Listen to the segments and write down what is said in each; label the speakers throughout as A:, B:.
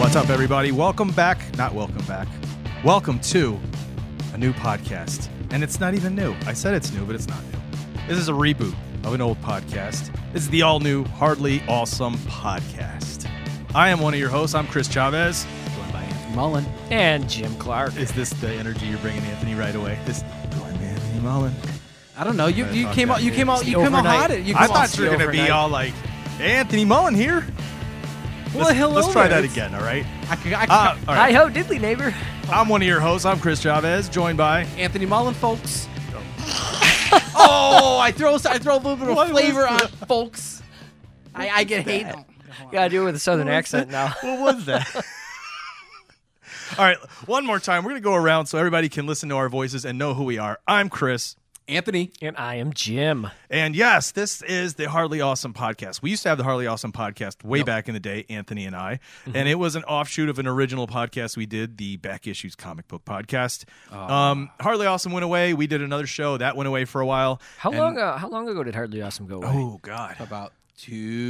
A: What's up, everybody? Welcome back. Not welcome back. Welcome to a new podcast. And it's not even new. I said it's new, but it's not new. This is a reboot of an old podcast. This is the all new Hardly Awesome Podcast. I am one of your hosts. I'm Chris Chavez. Joined by Anthony Mullen.
B: And Jim Clark.
A: Is this the energy you're bringing Anthony right away? This joined by Anthony Mullen.
B: I don't know. You, you
A: Okay.
B: came out. You came out. You
C: It's
B: came out
C: overnight.
B: hot. You
A: I
B: came out
A: thought you were gonna be
B: overnight.
A: all like, "Hey, Anthony Mullen here.
B: Well,
A: let's,
B: hello.
A: Let's try
B: there.
A: that
B: It's-
A: again. All right.
B: I could, I could,
A: Uh, all
C: Hi
A: right.
C: ho, diddly neighbor.
A: I'm one of your hosts. I'm Chris Chavez, joined by
B: Anthony Mullen, folks. oh, I throw I throw a little bit of
A: What was
B: flavor on
A: that?
B: folks. I, I get hate.
C: Gotta do it with a southern accent now.
A: what was that? All right, one more time. We're going to go around so everybody can listen to our voices and know who we are. I'm Chris.
B: Anthony.
C: And I am Jim.
A: And yes, this is the Hardly Awesome podcast. We used to have the Hardly Awesome podcast way back in the day, Anthony and I.
B: Mm-hmm.
A: And it was an offshoot of an original podcast we did, the Back Issues Comic Book Podcast.
B: Ah.
A: Um, Hardly Awesome went away. We did another show that went away for a while.
C: How
A: And-
C: long uh, how long ago did Hardly Awesome go away?
A: Oh, God.
B: About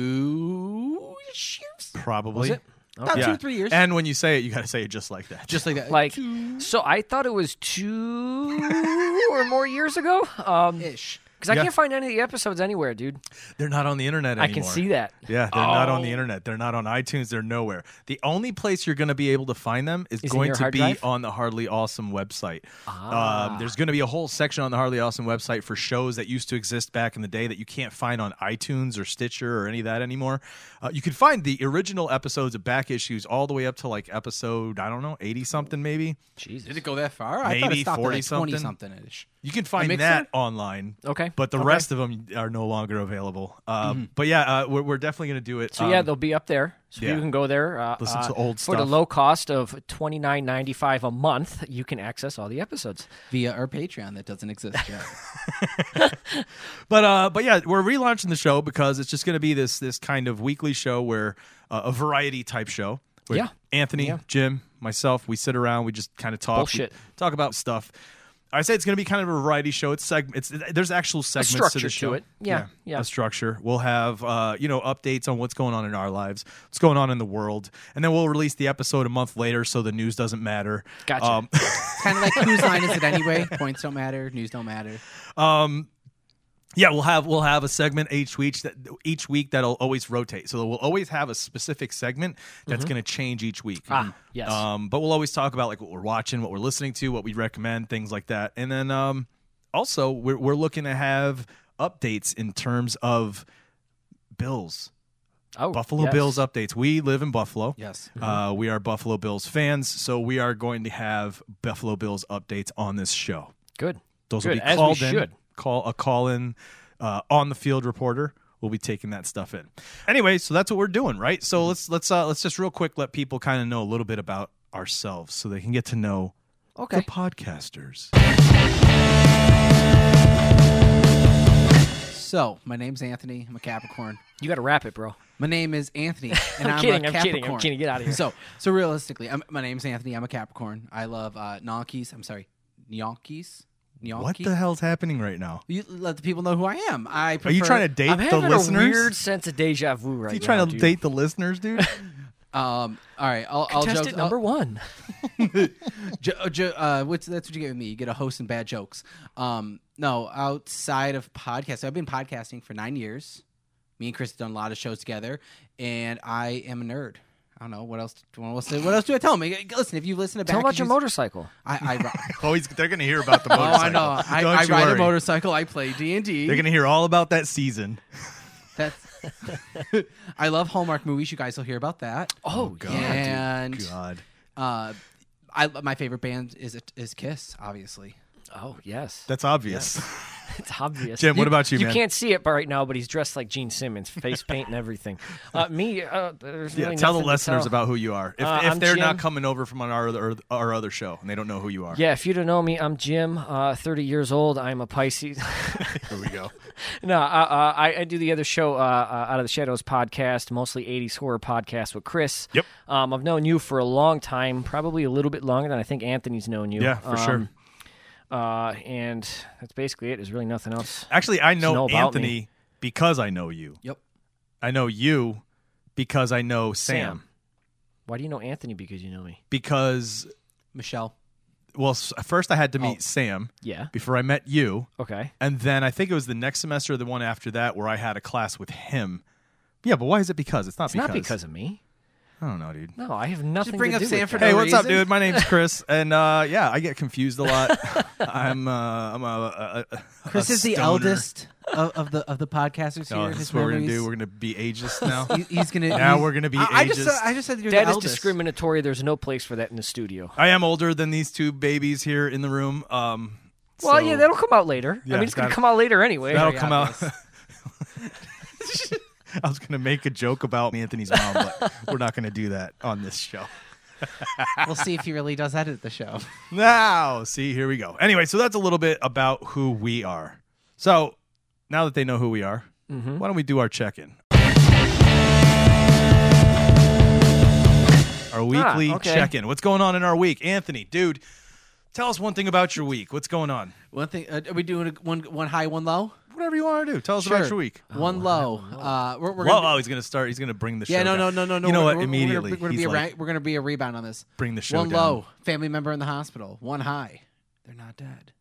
B: two years.
A: Probably.
B: Was it? About
A: Yeah.
B: two or three years.
A: And when you say it, you got to say it just like that.
B: Just like that.
C: Like so I thought it was two or more years ago. Um
B: ish.
C: because I
A: Yeah.
C: can't find any of the episodes anywhere, dude.
A: They're not on the internet anymore.
C: I can see that.
A: Yeah, they're not on the internet. They're not on iTunes. They're nowhere. The only place you're going to be able to find them is,
C: in
A: going
C: your
A: to
C: hard
A: be
C: drive? Ah.
A: on the Hardly Awesome website. Um, there's going to be a whole section on the Hardly Awesome website for shows that used to exist back in the day that you can't find on iTunes or Stitcher or any of that anymore. Uh, you can find the original episodes of back issues all the way up to like episode, I don't know, 80 something maybe.
C: Jesus.
B: Did it go that far? I thought
A: Maybe
B: it stopped
A: 40
B: at like twenty
A: something.
B: something ish.
A: You can find
B: mixer?
A: that online.
C: Okay.
A: But the
C: Okay. Mm-hmm.
A: rest of them are no longer available. Um, But yeah, uh, we're, we're definitely going to do it.
C: So yeah,
A: um,
C: they'll be up there. So
A: yeah.
C: you can go there. Uh,
A: Listen
C: uh,
A: to old
C: for the
A: stuff.
C: low cost of twenty nine ninety five a month. You can access all the episodes.
B: Via our Patreon that doesn't exist yet.
A: But uh, but yeah, we're relaunching the show because it's just going to be this this kind of weekly show where uh, a variety type show. Where
C: Yeah.
A: Anthony, Jim, myself, we sit around, we just kind of talk, we
C: Bullshit.
A: talk about stuff. I say it's going to be kind of a variety show. It's seg- It's there's actual segments to
C: structure
A: the
C: to
A: show.
C: it. Yeah, yeah.
A: A structure. We'll have uh, you know updates on what's going on in our lives, what's going on in the world, and then we'll release the episode a month later, so the news doesn't matter.
C: Gotcha.
A: Um,
B: kind of like whose line is it anyway? Points don't matter. News don't matter.
A: Yeah, we'll have we'll have a segment each week that each week that'll always rotate. So we'll always have a specific segment that's going to change each week.
C: Mm-hmm. Ah, yes.
A: Um, but we'll always talk about like what we're watching, what we're listening to, what we recommend, things like that. And then um, also we're we're looking to have updates in terms of bills,
C: Oh,
A: Buffalo
C: yes. Mm-hmm.
A: Bills uh, updates. We live in Buffalo.
B: Yes.
A: Uh, we are Buffalo Bills fans, so we are going to have Buffalo Bills updates on this show.
C: Good.
A: Those
C: Good,
A: will be
C: as we
A: called in.
C: should.
A: Call a call in uh, on the field reporter. We'll be taking that stuff in. Anyway, so that's what we're doing, right?
C: Mm-hmm.
A: So let's let's uh, let's just real quick let people kind of know a little bit about ourselves, so they can get to know
C: Okay.
A: the podcasters.
B: So my name's Anthony. I'm a Capricorn.
C: You got to wrap it, bro.
B: My name is Anthony, and
C: I'm
B: I'm,
C: kidding,
B: a
C: I'm kidding, I'm
B: Capricorn.
C: kidding. Get outta here.
B: So, so realistically, I'm, my name's Anthony. I'm a Capricorn. I love uh, Gnocchis. I'm sorry, Gnocchis. Gnocchi.
A: What the hell's happening right now?
B: You let the people know who I am. I prefer,
A: Are you trying to date
C: I'm
A: the
C: having a
A: listeners?
C: weird sense of deja vu right
A: Are you
C: now.
A: trying to
C: dude.
A: date the listeners, dude?
B: Um, all right, I'll, I'll
C: Contestant
B: joke.
C: number one.
B: Jo- jo- uh, what's that's what you get with me. You get a host and bad jokes. Um, no, outside of podcast, I've been podcasting for nine years. Me and Chris have done a lot of shows together, and I am a nerd. I don't know what else. What else, what else do I tell him? Listen, if you listen to back,
C: Tell about your
B: issues-
C: motorcycle.
B: I, I ri-
A: oh, he's, they're gonna hear about the
B: oh,
A: motorcycle.
B: I know. I,
A: Don't
B: I
A: you
B: ride
A: worry.
B: a motorcycle. I play D and
A: They're
B: D.
A: gonna hear all about that season.
B: That's. I love Hallmark movies. You guys will hear about that.
C: Oh,
A: God,
C: yeah.
A: dude.
B: and
A: God.
B: uh, I my favorite band is is Kiss, obviously.
C: Oh, yes.
A: That's obvious.
D: It's obvious.
A: Jim, what about you,
D: You
A: man?
D: can't see it by right now, but he's dressed like Gene Simmons, face paint and everything. Uh, me, uh, there's
A: Yeah,
D: really
A: tell the
D: nothing to
A: listeners
D: tell.
A: about who you are. If,
D: Uh,
A: if
D: I'm
A: they're not
D: Jim.
A: coming over from on our other, our other show and they don't know who you are,
D: Yeah, if you don't know me, I'm Jim, uh, 30 years old. I'm a Pisces.
A: here we go.
D: no, uh, uh, I, I do the other show, uh, uh, Out of the Shadows podcast, mostly 80s horror podcast with Chris.
A: Yep.
D: Um, I've known you for a long time, probably a little bit longer than I think Anthony's known you.
A: Yeah, for
D: Um,
A: sure.
D: sure. Uh, and that's basically it. There's really nothing else.
A: Actually, I
D: know
A: know
D: about
A: Anthony because I know you.
B: Yep.
A: I know you because I know Sam.
D: Sam. Why do you know Anthony because you know me?
A: Because,
B: Michelle.
A: well, s- first I had to meet
D: Oh.
A: Sam
D: Yeah.
A: before I met you.
D: Okay.
A: And then I think it was the next semester or the one after that where I had a class with him. Yeah, but why is it because? It's not
D: It's
A: because.
D: not because of me.
A: I don't know, dude.
D: No, I have nothing
B: bring
D: to
B: up
D: do
B: Sam
D: with
B: for
D: that.
A: Hey,
B: no
A: what's up,
B: reason?
A: dude? My name's Chris, and uh, yeah, I get confused a lot. I'm uh, I'm a, a, a- a
B: Chris is the
A: stoner.
B: eldest of, of the of the podcasters here.
A: No,
B: His
A: this is what we're gonna
B: memories-
A: do. We're gonna be ageist now.
B: He- he's gonna.
A: Now
B: he's-
A: we're gonna be
B: I, I just. uh,
A: ageist.
B: I just said you're
D: That
B: the
D: is
B: eldest.
D: discriminatory. There's no place for that in the studio.
A: I am older than these two babies here in the room. Um,
D: Well,
A: so
D: yeah, that'll come out later.
A: Yeah,
D: I mean, it's going
A: that-
D: to come out later anyway.
A: that'll come out. I was gonna make a joke about Anthony's mom, but we're not gonna do that on this show.
B: We'll see if he really does edit the show.
A: Now, see, here we go. Anyway, so that's a little bit about who we are. So now that they know who we are,
B: Mm-hmm.
A: why don't we do our check in?
B: Ah,
A: Our weekly
D: okay.
A: check in. What's going on in our week? Anthony, dude, tell us one thing about your week. What's going on?
B: One thing. Uh, are we doing a, one one high, one low?
A: Whatever you want to do. Tell us
B: Sure.
A: about your week.
B: One low. Uh, we're, we're
A: Whoa,
B: gonna
A: oh, he's going to start. He's going to bring the
B: be, yeah,
A: show
B: no, no,
A: down.
B: no, no, no.
A: You know
B: we're-
A: what?
B: we're-
A: Immediately,
B: we're gonna,
A: he's
B: be a
A: like,
B: ra- we're gonna be a rebound on this.
A: bring the show
B: one
A: down.
B: low. Family member in the hospital. One high. They're not dead.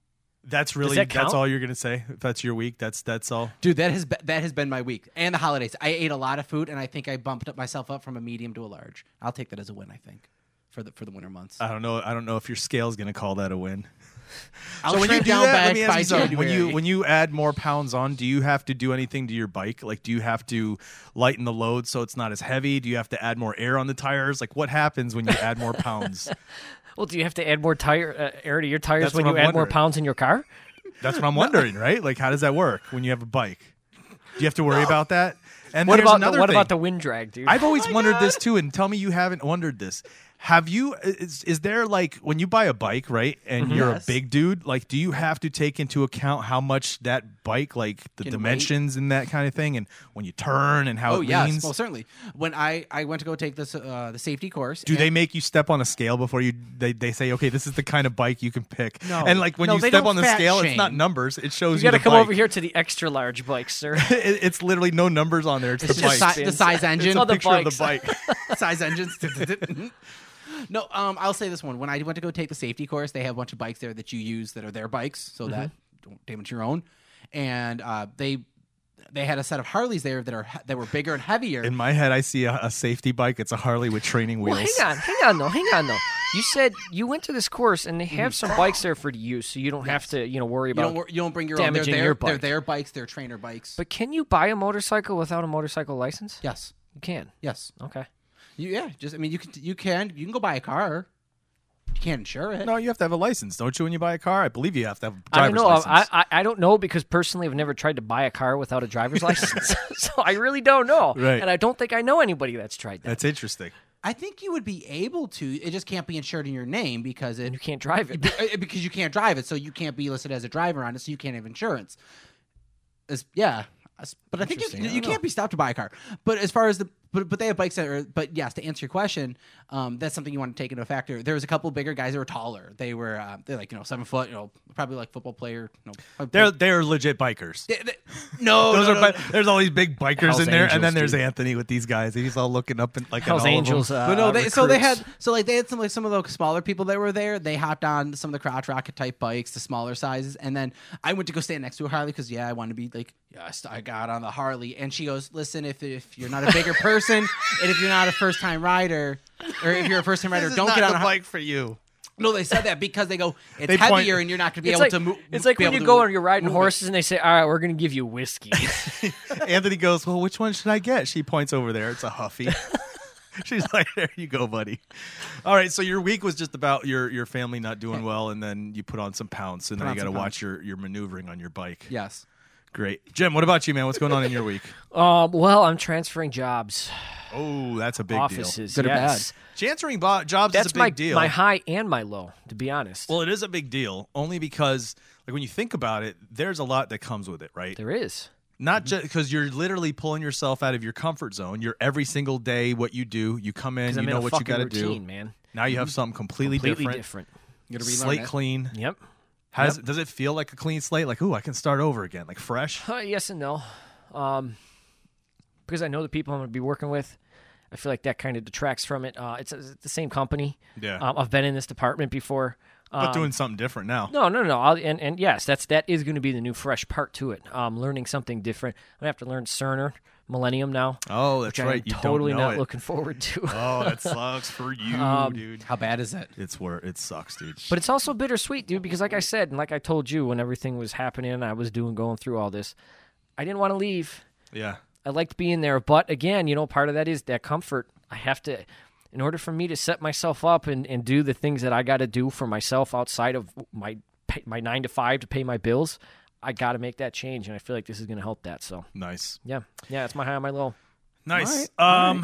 A: That's really,
D: that
A: that's
D: count?
A: all you're going to say? If that's your week, that's that's all?
B: Dude, that has be- that has been my week and the holidays. I ate a lot of food, and I think I bumped up myself up from a medium to a large. I'll take that as a win. I think for the for the winter months.
A: I don't know. I don't know if your scale's going to call that a win.
B: I'll
A: So when you
B: trim
A: do
B: down
A: that, let
B: back
A: me ask
B: by
A: you something. When you
B: January.
A: when you add more pounds on, do you have to do anything to your bike? Like, do you have to lighten the load so it's not as heavy? Do you have to add more air on the tires? Like, what happens when you add more pounds?
D: Well, do you have to add more tire uh, air to your tires
A: That's
D: when
A: what
D: you
A: I'm
D: add more
A: wondering.
D: pounds in your car?
A: That's what I'm wondering, right? Like, how does that work when you have a bike? Do you have to worry about that? And
D: What
A: here's
D: about the,
A: another
D: what
A: thing.
D: about the wind drag, dude?
A: I've
B: Oh
A: always wondered this too, and tell me you haven't wondered this. Have you? uh, Is, is there like when you buy a bike, right? And you're
B: Mm-hmm. Yes.
A: a big dude. Like, do you have to take into account how much that bike, like the
B: Can
A: dimensions and that kind of thing, and when you turn and how
B: oh
A: it
B: yes,
A: leans?
B: well certainly. When I I went to go take this uh, the safety course.
A: do
B: and-
A: they make you step on a scale before you? They, they say, okay, this is the kind of bike you can pick.
B: No.
A: And like when
B: No,
A: you
B: they
A: step
B: don't
A: on the
B: fat
A: scale, it's
B: shame.
A: not numbers. It shows
D: you
A: you,
D: got to
A: the
D: come
A: bike.
D: over here to the extra large bike, sir.
A: It- it's literally no numbers on there. It's,
B: It's
A: the
B: just
A: bike.
B: si- the
D: spins.
B: size engine.
A: it's a
D: all the
A: picture of
D: bikes.
A: the bike.
B: size engines. no, um, I'll say this one. When I went to go take the safety course, they have a bunch of bikes there that you use that are their bikes, so
A: Mm-hmm.
B: that don't damage your own. And uh, they they had a set of Harleys there that are he- that were bigger and heavier.
A: In my head, I see a, a safety bike. It's a Harley with training
D: well,
A: wheels.
D: hang on, hang on, though, hang on, though. You said you went to this course and they have some bikes there for use, so you don't have to, you know, worry
B: you
D: about.
B: don't wor- you don't bring your own. They're
D: damaging
B: their,
D: your
B: they're
D: bike.
B: their bikes. They're trainer bikes.
D: but can you buy a motorcycle without a motorcycle license?
B: yes,
D: You can.
B: yes,
D: Okay.
B: you, yeah. Just I mean, you can you can you can go buy a car. You can't insure it.
A: No, you have to have a license, don't you? When you buy a car, I believe you have to have a
D: I don't
A: driver's
D: know.
A: license.
D: I, I I don't know because personally, I've never tried to buy a car without a driver's license, so I really don't know.
A: Right.
D: And I don't think I know anybody that's tried that.
A: That's interesting.
B: I think you would be able to. It just can't be insured in your name because it
D: and you can't drive it.
B: Uh, because you can't drive it, so you can't be listed as a driver on it, so you can't have insurance. As, yeah, as- but I think you,
D: Interesting. I
B: you
D: don't
B: can't be stopped to buy a car. But as far as the but, but they have bikes that are but yes to answer your question um, that's something you want to take into a factor there was a couple bigger guys that were taller they were uh, they're like you know seven foot you know probably like football player you know, probably-
A: They're they're legit bikers.
B: They- they- no
A: Those
B: no,
A: are
B: no,
A: bi-
B: no.
A: there's all these big bikers
D: Hell's
A: in there, and then there's
D: Angels, dude.
A: Anthony with these guys. and He's all looking up and like at
D: Hell's
A: all of them.
D: Angels, uh,
B: but no they, so they
D: recruits.
B: had so like they had some like some of the smaller people that were there they hopped on some of the crotch rocket type bikes the smaller sizes and then i went to go stand next to a harley because yeah i wanted to be like yes i got on the harley and she goes listen if, if you're not a bigger person and if you're not a first time rider or if you're a first time rider
A: This is
B: don't
A: not
B: get on
A: the
B: a bike
A: bike for you.
B: no they said that because they go it's
A: They point-
B: heavier and you're not going to be
D: it's
B: able
D: like,
B: to move
D: it's like
B: be able
D: when you
B: to
D: go
B: move-
D: and you're riding
B: move it."
D: horses and they say, all right, we're going to give you whiskey.
A: Anthony goes, well, which one should I get? She points over there. It's a Huffy. She's like, there you go, buddy. All right, so your week was just about your your family not doing well, and then you put on some pounds, and
B: Put
A: then
B: on
A: you got to
B: some pounds.
A: watch your your maneuvering on your bike.
B: Yes.
A: Great, Jim. What about you, man? What's going on in your week?
D: Um, well, I'm transferring jobs,
A: Oh, that's a big deal.
D: offices.
B: Good or bad?
D: yes.
A: Chancering bo- jobs
D: That's
A: is a big
D: my
A: deal.
D: my high and my low. To be honest,
A: well, it is a big deal only because, like, when you think about it, there's a lot that comes with it, right?
D: there mm-hmm. is.
A: Not just because you're literally pulling yourself out of your comfort zone. You're every single day what you do. You come in,
D: 'Cause
A: you
D: I'm in
A: know
D: a
A: what you
D: fucking
A: got to
D: routine,
A: do.
D: man.
A: Now you have something completely,
D: Completely
A: different.
D: different.
B: You gotta relearn
A: Slate
B: it.
A: clean.
D: Yep.
A: Has does it feel like a clean slate? Like, ooh, I can start over again, like fresh.
D: Uh, yes and no. Um, because I know the people I'm going to be working with. I feel like that kind of detracts from it. Uh, it's, it's the same company.
A: Yeah.
D: Um, I've been in this department before. Um,
A: but doing something different now.
D: no, no, no. I'll, and and yes, that's that is going to be the new fresh part to it. Um, learning something different. I'm gonna have to learn Cerner Millennium now.
A: Oh, that's
D: which
A: right.
D: I'm
A: You
D: totally
A: don't know
D: not
A: it.
D: looking forward to.
A: Oh, that sucks for you, dude.
B: How bad is it?
A: It's where it sucks, dude.
D: But it's also bittersweet, dude, because like I said, and like I told you when everything was happening and I was doing going through all this, I didn't want to leave.
A: yeah,
D: I liked being there, but again, you know, part of that is that comfort. I have to in order for me to set myself up and, and do the things that I got to do for myself outside of my pay, my 9 to 5 to pay my bills, I got to make that change and I feel like this is going to help that. So,
A: nice,
D: yeah. Yeah, it's my high on my low.
A: nice. um,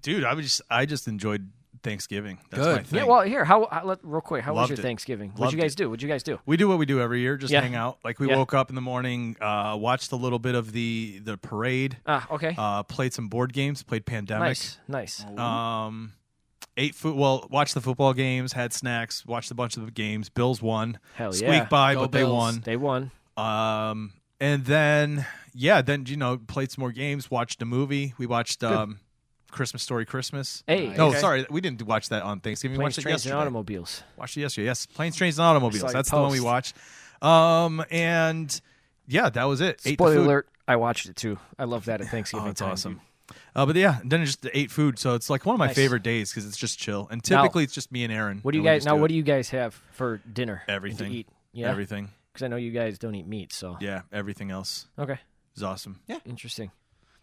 A: dude, I was just I just enjoyed Thanksgiving. That's my
B: Good.
A: thing.
D: Yeah, well, here, how, how let, real quick, how
A: Loved
D: was your
A: it.
D: Thanksgiving?
A: Loved
D: What'd you guys
A: it.
D: do? What'd you guys do?
A: we do what we do every year, just
D: Yeah.
A: hang out. Like we
D: Yeah.
A: woke up in the morning, uh, watched a little bit of the the parade,
D: Ah, okay.
A: uh, played some board games, played Pandemic.
D: nice. Nice.
A: Um, ate food. Well, watched the football games, had snacks, watched a bunch of the games. Bills won.
D: Hell
A: Squeak
D: yeah.
A: by,
B: Go
A: but
B: Bills.
A: they
D: Day 1.
A: won. Um, and then yeah, then you know played some more games, watched a movie. We watched um, Christmas Story, Christmas.
D: Hey,
A: No,
D: okay.
A: Oh, sorry, we didn't watch that on Thanksgiving. We
D: Planes,
A: watched it
D: trains, and
A: yesterday.
D: automobiles.
A: watched it yesterday. Yes, planes, trains, and automobiles.
D: It's like
A: That's the one we
D: Post.
A: watched. Um, and yeah, that was it. Ate the
D: Spoiler
A: food.
D: alert! I watched it too. I love that at Thanksgiving.
A: Oh, it's
D: time,
A: awesome.
D: dude.
A: Uh, but yeah, then I just ate food, so it's like one of my
D: Nice.
A: favorite days because it's just chill. And
D: Now-
A: typically, it's just me and Aaron.
D: What do you guys now? What do you guys have for dinner? and to
A: Everything.
D: eat? Yeah,
A: Everything.
D: Because I know you guys don't eat meat. So
A: Yeah, everything else
D: okay,
A: is awesome.
D: interesting.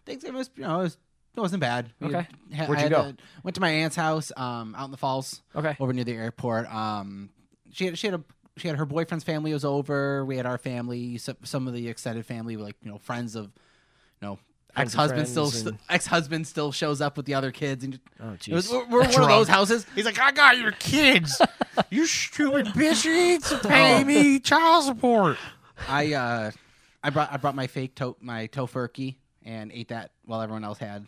B: Thanksgiving was, you know, it, was, it wasn't bad. We
D: Okay.
B: had-
D: Where'd you
B: had
D: go?
B: a- went to my aunt's house, um, out in the falls,
D: Okay,
A: Oh.
B: over near the airport. Um, she had she had a she had her boyfriend's family was over. We had our family, some, some of the extended family, like you know, friends of, you know. Ex
D: Friends of
B: husband
D: friends
B: still
D: and-
B: ex husband still shows up with the other kids and just-
D: Oh,
B: it was,
D: jeez.
B: we're, we're one of those houses.
A: He's like, I got your kids. you stupid bitch. You need to
D: Oh.
A: pay me child support.
B: I uh, I brought I brought my fake to- my tofurkey and ate that while everyone else had.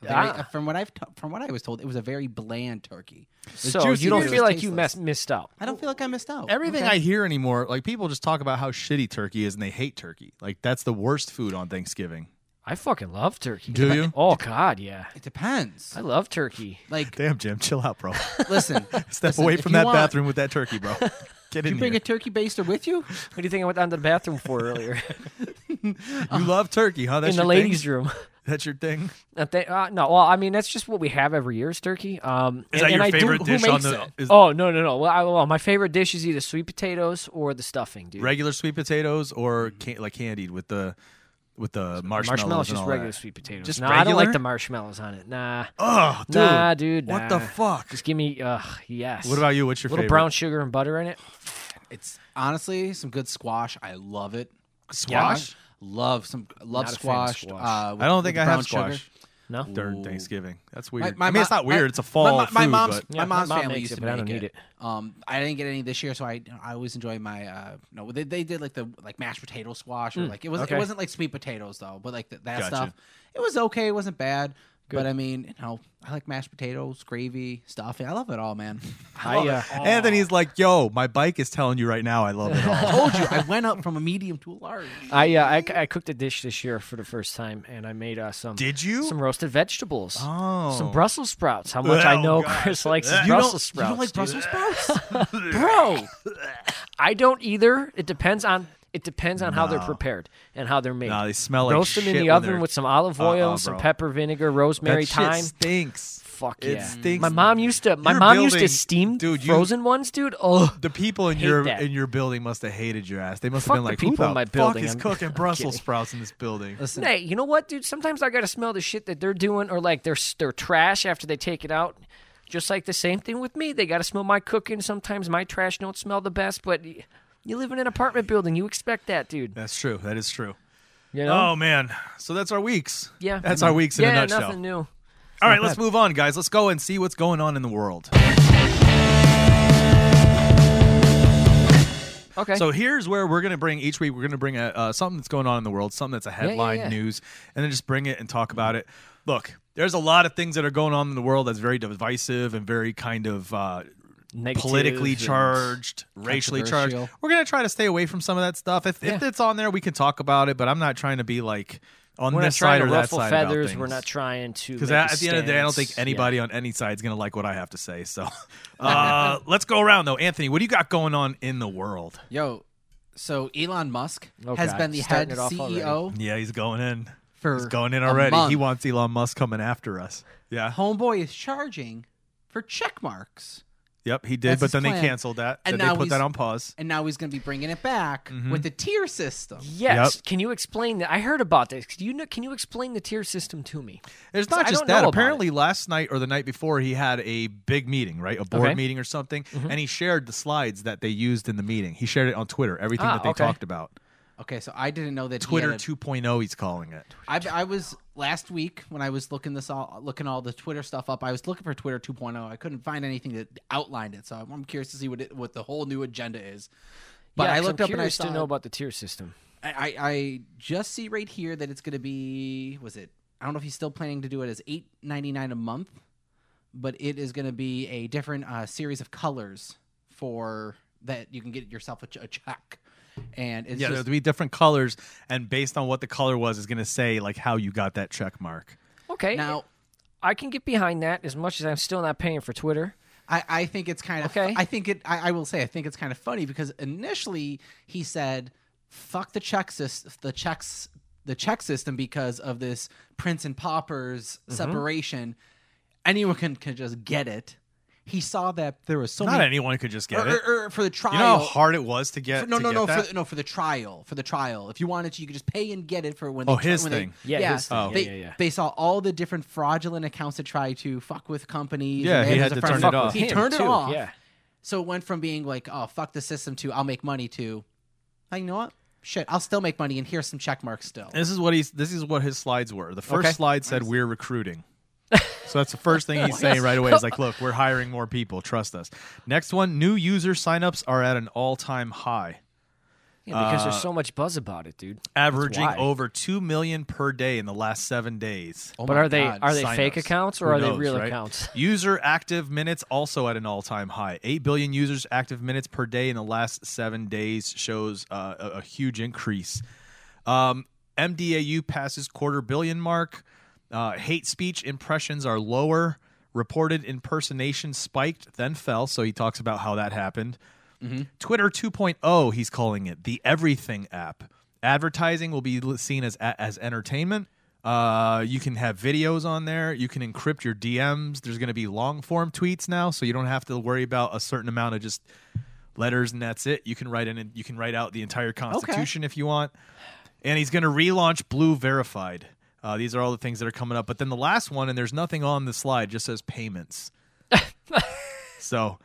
B: A very-
D: Ah.
B: From what I've to- from what I was told, it was a very bland turkey. It's
D: so
B: juicy,
D: you
B: but
D: don't
B: it
D: feel
B: was
D: like you
B: tasteless.
D: mess, missed out.
B: I don't feel like I missed out.
A: Everything
B: Okay.
A: I hear anymore, like people just talk about how shitty turkey is and they hate turkey. Like that's the worst food on Thanksgiving.
D: I fucking love turkey.
A: Do you?
D: Oh God, yeah.
B: it depends.
D: I love turkey.
B: Like,
A: Damn, Jim, chill out, bro.
B: listen,
A: Step
B: listen,
A: away
B: if
A: from
B: you
A: that
B: want-
A: bathroom with that turkey, bro. Get
B: Did
A: in
B: you bring
A: here.
B: a turkey baster with you?
D: What do you think I went down to the bathroom for earlier
A: you love turkey, huh? That's
D: in the
A: your
D: ladies'
A: thing?
D: room?
A: That's your thing.
D: I think- uh, no, well, I mean that's just what we have every year is turkey. Um,
A: Is
D: and,
A: that your
D: and I do-
A: favorite
D: who
A: dish on
D: makes
A: the-
D: it?
A: is-
D: oh no, no, no. Well, I, well, my favorite dish is either sweet potatoes or the stuffing, dude.
A: regular sweet potatoes or can- like candied with the with the marshmallows,
D: Marshmallows,
A: and
D: just
A: all
D: regular
A: that.
D: sweet potatoes.
A: Just
D: Just nah, I don't like
A: regular?
D: the marshmallows on it. Nah,
A: Oh, dude.
D: nah, dude.
A: What the
D: nah.
A: fuck?
D: Just give me, uh, yes.
A: What about you? What's your
D: little
A: favorite?
D: brown sugar and butter in it?
B: It's honestly some good squash. I love it.
A: squash?
B: Love some love
D: Not a fan of
B: squash.
D: squash.
B: Uh, with-
A: I don't
B: with
A: think
B: the
A: I
B: brown
A: have
B: sugar.
A: squash
D: No.
A: during
B: Ooh.
A: Thanksgiving. That's
B: My-
A: weird.
B: my
A: I mean, it's
B: mo-
A: not weird.
B: my-
A: it's a fall
B: My, my
A: food,
B: mom's
A: but-
D: Yeah,
B: my mom's
D: my mom
B: family
D: makes
B: used
D: it,
B: to
D: but I
B: make
D: don't need
B: it. Um, I didn't get any this year, so I you know, I always enjoy my uh no they, they did like the like mashed potato squash or like it was
D: Hmm, okay.
B: it wasn't like sweet potatoes though, but like th- that
A: Gotcha.
B: stuff it was okay, it wasn't bad. But I mean, you know, I like mashed potatoes, gravy, stuffing. I love it all, man. I love
D: I, uh,
B: it all.
A: and then he's like, "Yo, my bike is telling you right now. I love it all."
B: I told you I went up from a medium to a large.
D: I, uh, I, c- I cooked a dish this year for the first time, and I made uh, some
A: Did you?
D: some roasted vegetables,
A: oh,
D: some Brussels sprouts. How much
A: Oh,
D: I know
A: God.
D: Chris likes his
A: You
D: Brussels
B: you
D: sprouts.
B: don't like
D: dude.
B: Brussels sprouts?
D: bro. I don't either. It depends on it depends on how they're prepared and how they're made.
A: Nah, they smell like
D: Roast them
A: shit
D: in the
A: when
D: oven
A: they're-
D: with some olive
A: Uh-uh,
D: oil, some
A: bro.
D: pepper, vinegar,
A: That
D: rosemary,
A: shit
D: thyme.
A: stinks.
D: fuck
A: It
D: yeah.
A: stinks.
D: My mom used to. My
A: Your
D: mom used to
A: building-
D: steam
A: dude, you-
D: frozen ones, dude. Oh,
A: The people in
D: Hate
A: your
D: that.
A: in your building must have hated your ass. They must
D: Fuck
A: have been
D: the
A: like, "Who
D: people
A: the
D: in my
A: fuck
D: building,
A: is
D: I'm-
A: cooking
D: I'm
A: Brussels
D: kidding.
A: sprouts in this building?"
B: Listen,
D: hey, you know what, dude? Sometimes I gotta smell the shit that they're doing, or like their their trash after they take it out. Just like the same thing with me, they gotta smell my cooking. Sometimes my trash don't smell the best, but y- you live in an apartment building, you expect that, dude.
A: That's true. That is true.
D: You know?
A: Oh man, so that's our weeks.
D: yeah,
A: that's our weeks in
D: yeah,
A: a nutshell.
D: nothing new.
A: All right, let's move on, guys. Let's go and see what's going on in the world.
D: Okay.
A: So here's where we're gonna bring each week. We're gonna bring a uh, something that's going on in the world, something that's a
D: yeah,
A: headline
D: yeah.
A: news, and then just bring it and talk about it. Look, there's a lot of things that are going on in the world that's very divisive and very kind of uh,
D: Negative
A: politically
D: and-
A: charged, racially charged.
B: controversial.
A: We're gonna try to stay away from some of that stuff. If, if it's on there, we can talk about it. But I'm not trying to be like on
D: We're not
A: this side
D: trying to
A: or that
D: ruffle
A: side about
D: feathers.
A: things.
D: We're not trying to.
A: Because
D: make a
A: at, at the end of the day, I don't think
D: stance. Yeah.
A: anybody on any side is going to like what I have to say. So uh, let's go around, though. Anthony, what do you got going on in the world?
B: yo, so Elon Musk
D: Oh,
B: has
D: God,
B: been the
D: starting
B: head
D: it off already.
B: CEO
A: Yeah, he's going in.
B: for
A: He's going in
B: a
A: already. He
B: month.
A: wants Elon Musk coming after us. Yeah.
B: Homeboy is charging for check marks,
A: Yep, he did.
B: That's
A: but
B: his
A: then they
B: plan.
A: canceled that.
B: And
A: then
B: now
A: they put
B: he's-
A: that on pause.
B: and now he's going to be bringing it back with the tier system.
D: Yes. Can you explain that? I heard about this. Can you can you explain the tier system to me?
A: There's
D: So
A: not
D: I
A: just
D: don't know
A: that.
D: about
A: Apparently, last night or the night before, he had a big meeting, right? A board
D: Okay.
A: meeting or something.
B: Mm-hmm.
A: And he shared the slides that they used in the meeting. He shared it on Twitter, everything
D: Ah,
A: that they
D: okay.
A: talked about.
B: Okay, so I didn't know that he had
A: Twitter
B: a-
A: 2.0, he's calling it.
B: I, I was last week when I was looking this all looking all the Twitter stuff up. I was looking for Twitter 2.0. I couldn't find anything that outlined it, so I'm, I'm curious to see what it, what the whole new agenda is. But
D: Yeah,
B: I
D: 'cause
B: looked
D: I'm
B: up and I
D: curious
B: saw
D: to know about the tier system.
B: I, I I just see right here that it's going to be was it I don't know if he's still planning to do it as 8.99 a month, but it is going to be a different uh, series of colors for that you can get yourself a, ch- a check. And it's
A: yeah,
B: just,
A: there'll be different colors, and based on what the color was, is going to say like how you got that check mark.
D: Okay.
B: now
D: I can get behind that as much as I'm still not paying for Twitter.
B: I, I think it's kind of
D: Okay.
B: I think it I, I will say I think it's kind of funny because initially he said fuck the check sys- the checks the check system because of this prince and paupers
D: Mm-hmm.
B: separation anyone can, can just get it he saw that there was so
A: Not
B: many
A: anyone could just get
B: or,
A: it.
B: or- or for the trial
A: you know how hard it was to get.
B: for- no
A: to
B: no
A: get
B: no
A: that?
B: for, no for the trial for the trial if you wanted to you could just pay and get it for when
A: Oh,
B: they,
A: his
B: when they-
A: thing.
D: Yeah, his thing.
A: Oh.
B: They,
D: Yeah, yeah, yeah.
B: they saw all the different fraudulent accounts to try to fuck with companies.
A: Yeah,
B: and
A: he
B: there's
A: had
B: a
A: to
B: friend-
A: turn it
D: Fuck
A: off.
D: with
B: He
D: him,
B: turned
D: too.
B: it off.
D: Yeah.
B: So it went from being like, oh, fuck the system to I'll make money to, like, you know what? Shit, I'll still make money and here's some check marks still.
A: This is what he's. This is what his slides were. The first
D: Okay.
A: slide said, "We're recruiting." so that's the first thing he's saying right away. Is like, "Look, we're hiring more people. Trust us." Next one, new user signups are at an all-time high,
D: Yeah, because there's so much buzz about it, dude.
A: averaging
D: why.
A: over two million per day in the last seven days.
B: Oh
D: but
B: my
D: are they
B: God.
D: are they
A: signups.
D: fake accounts or
A: Who
D: are
A: knows,
D: they real
A: right?
D: accounts?
A: User active minutes also at an all-time high. Eight billion users active minutes per day in the last seven days shows uh, a, a huge increase. Um, MDAU passes quarter billion mark. Uh, hate speech impressions are lower. Reported impersonation spiked, then fell. So he talks about how that happened. Twitter 2.0, he's calling it the everything app. Advertising will be l- seen as as entertainment. Uh, you can have videos on there. You can encrypt your DMs. There's going to be long form tweets now, so you don't have to worry about a certain amount of just letters and that's it. You can write in and you can write out the entire Constitution if you want. And he's going to relaunch Blue Verified. Uh, these are all the things that are coming up. But then the last one, and there's nothing on the slide, just says payments. so,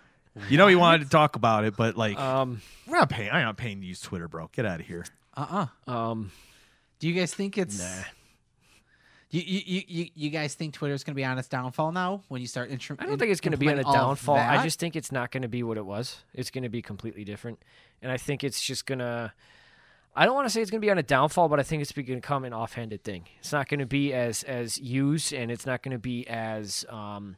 A: you know, he wanted to talk about it, but like,
D: Um,
A: we're not paying. I'm not paying to use Twitter, bro. Get out of here.
B: Uh-uh.
D: um,
B: Do you guys think it's... You, you, you- you, you guys think Twitter's going to be on its downfall now when you start... Intro-
D: I don't think it's going to be on a
B: implement all of
D: downfall. I
B: that?
D: just think it's not going to be what it was. It's going to be completely different, and I think it's just going to. I don't want to say it's going to be on a downfall, but I think it's going to become an offhanded thing. It's not going to be as as used, and it's not going to be as um,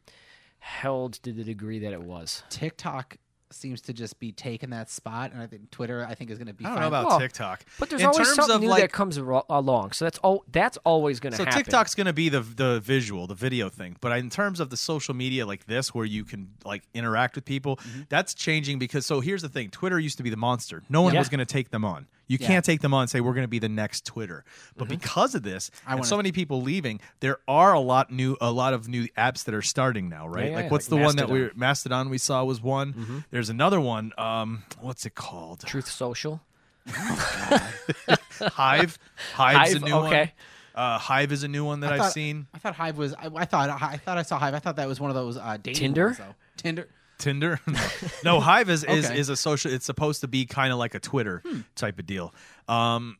D: held to the degree that it was.
B: TikTok seems to just be taking that spot, and I think Twitter, I think, is going to be
A: I
B: fine.
A: don't know about
D: Well,
A: TikTok,
D: But there's
A: In
D: always
A: terms
D: something
A: of,
D: new
A: like-
D: that comes aro- along, so that's all. That's always going to
A: So
D: happen.
A: TikTok's going to be the the visual, the video thing. But in terms of the social media like this, where you can like
D: Mm-hmm.
A: interact with people, that's changing because. So here's the thing: Twitter used to be the monster. No one
D: Yeah.
A: was going to take them on. You
B: Yeah.
A: can't take them on and say we're going to be the next Twitter. But
D: Mm-hmm.
A: because of this,
B: I
A: and
B: wanna-
A: so many people leaving, there are a lot new a lot of new apps that are starting now, right?
D: yeah,
A: like
D: yeah,
A: what's
D: like
A: the one that
D: Mastodon.
A: we
D: Mm-hmm.
A: Mastodon we saw was one. There's another one. Um, what's it called?
D: Truth Social.
A: Hive. Hive's
D: Hive,
A: a new one.
D: okay.
A: Uh, Hive is a new one that I've
B: thought-
A: seen.
B: I thought Hive was. I, I thought I thought I saw Hive. I thought that was one of those uh, dating
D: Tinder?
B: ones, though. Tinder.
A: Tinder? No, No, Hive is, is
B: Okay.
A: is a social. It's supposed to be kind of like a Twitter
D: Hmm.
A: type of deal. Um,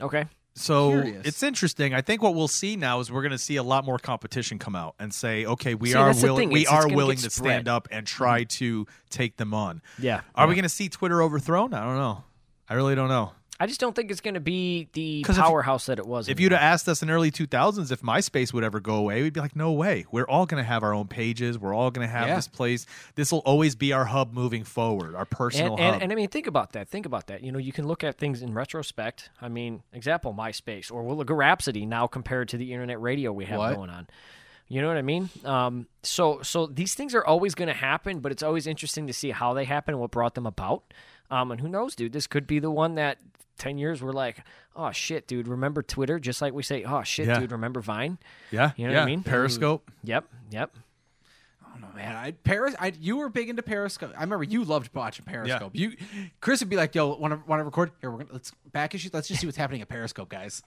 D: Okay.
A: so
B: Curious.
A: it's interesting. I think what we'll see now is we're going to see a lot more competition come out and say, okay, we
D: See,
A: are
D: that's the
A: willing,
D: thing,
A: we
D: is it's
A: are
D: gonna
A: willing
D: get
A: to stand
D: spread. Mm-hmm.
A: up and try to take them on.
D: Yeah.
A: Are we going to see Twitter overthrown? I don't know. I really don't know.
D: I just don't think it's going to be the
A: 'Cause if-
D: powerhouse that it was.
A: If you'd have asked us in early 2000s if MySpace would ever go away, we'd be like, no way. We're all going to have our own pages. We're all going to have
B: Yeah.
A: this place. This will always be our hub moving forward, our personal
D: and,
A: hub.
D: and, and I mean, think about that. Think about that. You know, you can look at things in retrospect. I mean, example, MySpace, or we'll look at Rhapsody now compared to the internet radio we have
B: What?
D: going on. You know what I mean? Um, so, so these things are always going to happen, but it's always interesting to see how they happen and what brought them about. Um, and who knows, dude? This could be the one that ten years we're like, oh shit, dude. Remember Twitter? Just like we say, oh shit,
A: Yeah.
D: dude. Remember Vine?
A: yeah.
D: You know what
A: yeah.
D: I mean?
A: Periscope.
D: Yep, yep.
B: Oh man, I Paris. I, you were big into Periscope. I remember you loved watching Periscope. You, Chris would be like, "Yo, want to want to record? Here, we're gonna let's back issues. Let's just see what's happening at Periscope, guys."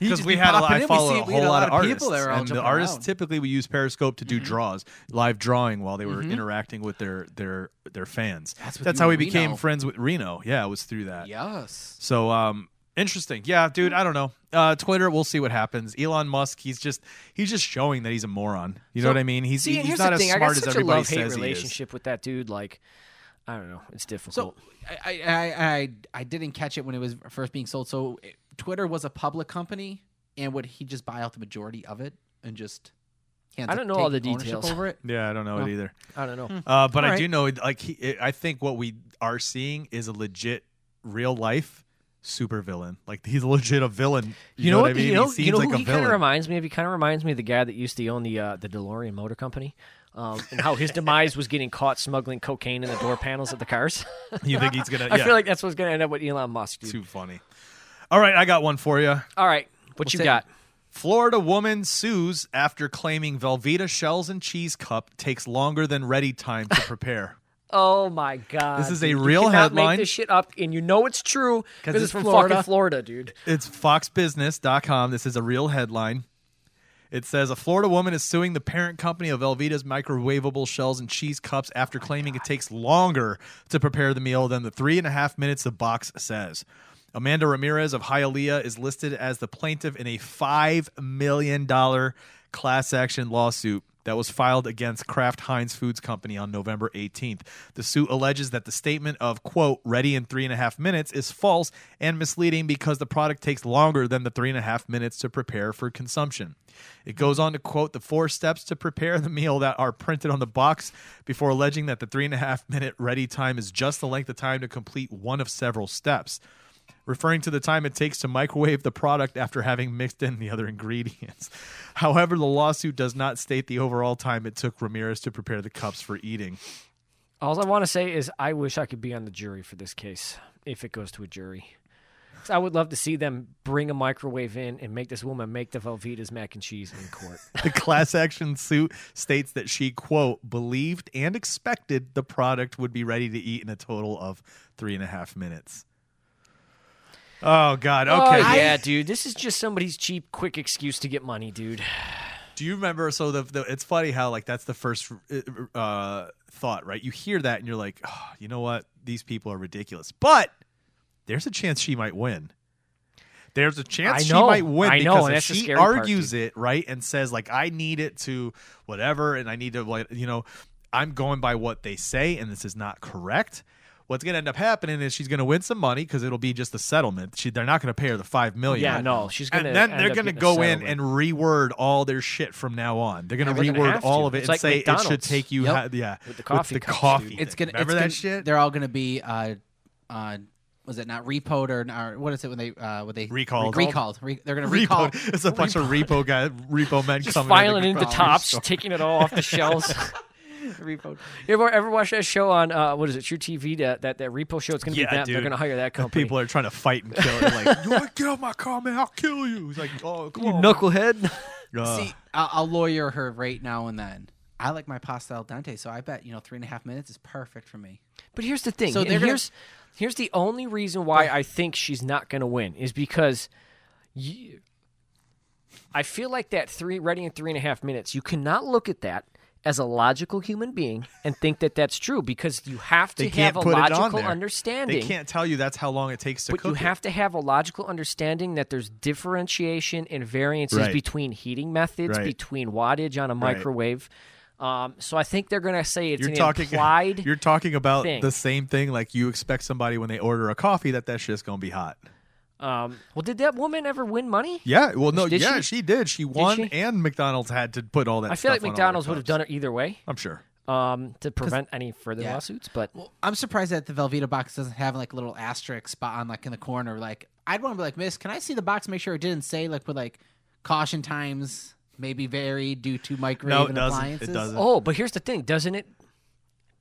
B: He'd
A: Because
B: just
A: we
B: be
A: had a
B: popping
A: lot,
B: in,
A: I
B: we'd
A: follow
B: see-
A: a
B: we'd
A: whole
B: a
A: lot,
B: lot
A: of
B: of
A: artists,
B: people there all
A: and the
B: jumping
A: artists
B: around.
A: typically would use Periscope to
D: Mm-hmm.
A: do draws, live drawing while they were interacting with their their their fans.
B: That's what you
A: how we
B: and
A: became
B: Reno.
A: friends with Reno. Yeah, it was through that.
B: Yes.
A: So um interesting. Yeah, dude, I don't know. Uh Twitter, we'll see what happens. Elon Musk, he's just he's just showing that he's a moron. You know
D: So-
A: what I mean? He's
D: See, and
A: he's
D: here's
A: not
D: the
A: as
D: thing. I
A: smart
D: got
A: as
D: such a
A: everybody
D: love hate
A: says he is.
D: relationship with that dude. Like, I don't know. It's difficult.
B: So I, I, I, I, I didn't catch it when it was first being sold. So it- Twitter was a public company, and would he just buy out the majority of it and just? he ends
D: I
B: up
D: don't know all the
B: taking ownership
D: details.
B: over it.
A: Yeah, I don't know
B: Well,
A: it either.
D: I don't know.
A: Uh, but
B: All
A: I
B: right.
A: do know, like, he, it, I think what we are seeing is a legit, real life supervillain. Like, he's legit a villain.
D: You, know, what?
A: I mean?
D: You know,
A: he seems
D: you know
A: like
D: who
A: a
D: he
A: villain.
D: kind of reminds me of. He kind of reminds me of the guy that used to own the uh, the DeLorean Motor Company, um, and how his demise was getting caught smuggling cocaine in the door panels of the cars.
A: you think he's gonna?
D: I
A: yeah,
D: feel like that's what's going to end up with Elon Musk. Dude.
A: too funny. All right, I got one for you.
D: All right, what you
B: say-
D: got?
A: Florida woman sues after claiming Velveeta shells and cheese cup takes longer than ready time to prepare.
D: Oh my god!
A: This is a
D: dude.
A: real
D: you cannot
A: headline.
D: Make this shit up, and you know it's true because it's,
A: it's
D: from
A: Florida.
D: fucking Florida, dude.
A: It's foxbusiness.com. This is a real headline. It says a Florida woman is suing the parent company of Velveeta's microwavable shells and cheese cups after claiming it takes longer to prepare the meal than the three and a half minutes the box says. Amanda Ramirez of Hialeah is listed as the plaintiff in a $5 million class action lawsuit that was filed against Kraft Heinz Foods Company on November 18th. The suit alleges that the statement of, quote, ready in three and a half minutes is false and misleading because the product takes longer than the three and a half minutes to prepare for consumption. It goes on to quote the four steps to prepare the meal that are printed on the box before alleging that the three and a half minute ready time is just the length of time to complete one of several steps referring to the time it takes to microwave the product after having mixed in the other ingredients. However, the lawsuit does not state the overall time it took Ramirez to prepare the cups for eating.
D: All I want to say is I wish I could be on the jury for this case if it goes to a jury. 'Cause I would love to see them bring a microwave in and make this woman make the Velveeta's mac and cheese in court.
A: The class action suit states that she, quote, believed and expected the product would be ready to eat in a total of three and a half minutes. Oh, God. Okay.
D: Oh, yeah, dude. This is just somebody's cheap, quick excuse to get money, dude.
A: Do you remember? So the, the it's funny how like that's the first uh, uh, thought, right? You hear that and you're like, oh, you know what? These people are ridiculous. But there's a chance she might win. There's a chance
D: I
A: she
D: know.
A: might win
D: I know,
A: because
D: and
A: if
D: that's the
A: she
D: scary part,
A: argues it right and says like, I need it to whatever, and I need to like, you know, I'm going by what they say, and this is not correct. What's gonna end up happening is she's gonna win some money because it'll be just a settlement. She, they're not gonna pay her the five million.
D: Yeah, no. She's gonna.
A: Oh, And then
D: end
A: they're
D: up
A: going to
D: getting a
A: go in and
D: settlement.
A: reword all their shit from now on. They're going
D: Yeah,
A: to
D: they're gonna
A: reword
D: have
A: all
D: to.
A: of it
D: It's
A: and
D: like
A: say it should
D: McDonald's.
A: take you,
B: Yep.
A: ha- yeah,
D: With the coffee
A: with the
D: cups,
A: coffee.
D: dude.
A: thing.
B: It's gonna.
A: remember
B: it's
A: that
B: gonna,
A: shit.
B: They're all gonna be. Uh, uh, was it not repoed or, or what is it when they uh, when they
A: Recalled.
B: Recalled. Re- they're gonna recall.
A: repo. It's a bunch of repo guy, repo men
D: Just
A: coming in
D: filing
A: the
D: in the
A: grocery
D: tops,
A: store.
D: taking it all off the shelves.
B: Repo.
D: You ever, ever watch that show on uh, what is it? True TV that that, that repo show? It's gonna
A: Yeah,
D: be them. They're
A: dude.
D: gonna hire that company.
A: People are trying to fight and kill it. Like, you wanna get off my car, man? I'll kill you. He's like, oh, come on.
D: knucklehead.
A: Uh,
B: See, I'll, I'll lawyer her right now and then. I like my pasta al dente, so I bet you know three and a half minutes is perfect for me.
D: But here's the thing.
B: So
D: So
B: they're gonna-
D: here's here's the only reason why I think she's not going to win is because you, I feel like that three ready in three and a half minutes. You cannot look at that as a logical human being and think that that's true because you have to
A: they
D: have
A: can't
D: a
A: put it on
D: logical
A: there.
D: understanding.
A: They can't tell you that's how long it takes to
D: But
A: cook.
D: you have to have a logical understanding that there's differentiation and variances
A: Right.
D: between heating methods,
A: Right.
D: between wattage on a
A: Right.
D: microwave. Um, so I think they're going to say
A: it.
D: it's
A: You're
D: an
A: talking.
D: implied.
A: You're talking about
D: thing.
A: the same thing. Like you expect somebody when they order a coffee that that shit's gonna be hot.
D: Um, well, did that woman ever win money?
A: Yeah. Well, no.
D: Did
A: yeah,
D: she?
A: she? did. She won,
D: she?
A: and McDonald's had to put all that.
D: I feel like
A: stuff on all their
D: McDonald's would have
A: cups.
D: done it either way
A: I'm sure.
D: um, to prevent any further
B: yeah.
D: lawsuits. But
B: Well, I'm surprised that the Velveeta box doesn't have like a little asterisk spot on like in the corner. Like I'd want to be like, Miss, can I see the box? Make sure it didn't say like with like caution times maybe varied due to microwave
A: No, it
B: and
A: doesn't. It
B: appliances.
A: doesn't.
D: oh, but here's the thing, doesn't it?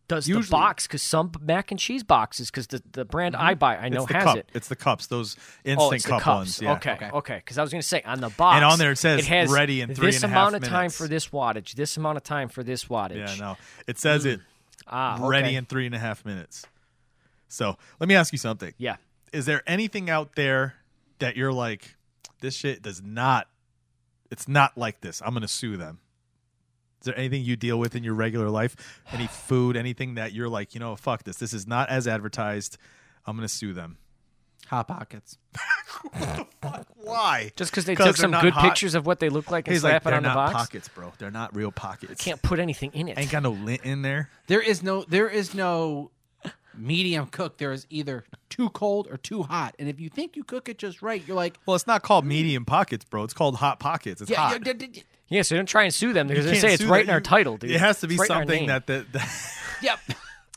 D: Does
A: Usually- Mm-hmm.
D: the box because some mac and cheese boxes because the, the brand I buy I know
A: it's the
D: Oh, has
A: cup.
D: it.
A: It's the cups. Those instant
D: Oh, it's
A: cup
D: the cups.
A: ones. Yeah.
D: Okay,
B: Okay.
D: okay. Because I was going to say on the box,
A: on there it says
D: has
A: ready in three
D: this
A: and a half
D: amount of time
A: minutes.
D: for this wattage, this amount of time for this wattage.
A: Yeah. No. It says it
D: Ah,
A: ready
D: okay.
A: in three and a half minutes. So let me ask you something.
D: yeah.
A: Is there anything out there that you're like, this shit does not, it's not like this. I'm gonna sue them. Is there anything you deal with in your regular life? Any food, anything that you're like, you know, fuck this. This is not as advertised. I'm gonna sue them.
B: Hot pockets.
A: Why?
D: Just because they
A: 'Cause
D: took
A: they're
D: some
A: not
D: good
A: hot.
D: pictures of what they look like and
A: He's like,
D: slap
A: they're
D: it on the
A: not
D: box,
A: pockets, bro. They're not real pockets.
D: can't put anything in it.
A: Ain't got no lint in there.
B: There is no there is no medium cook. There is either too cold or too hot. And if you think you cook it just right, you're like,
A: Well, it's not called medium pockets, bro. It's called hot pockets. It's
B: yeah,
A: hot.
B: yeah, d- d- d-
D: yeah, so don't try and sue them
A: You
D: because they
A: can't
D: say it's
A: sue
D: right
A: that.
D: in our
A: You-
D: title, dude.
A: It has to be
D: It's right in our
A: something
D: name.
A: that the, the
B: yep.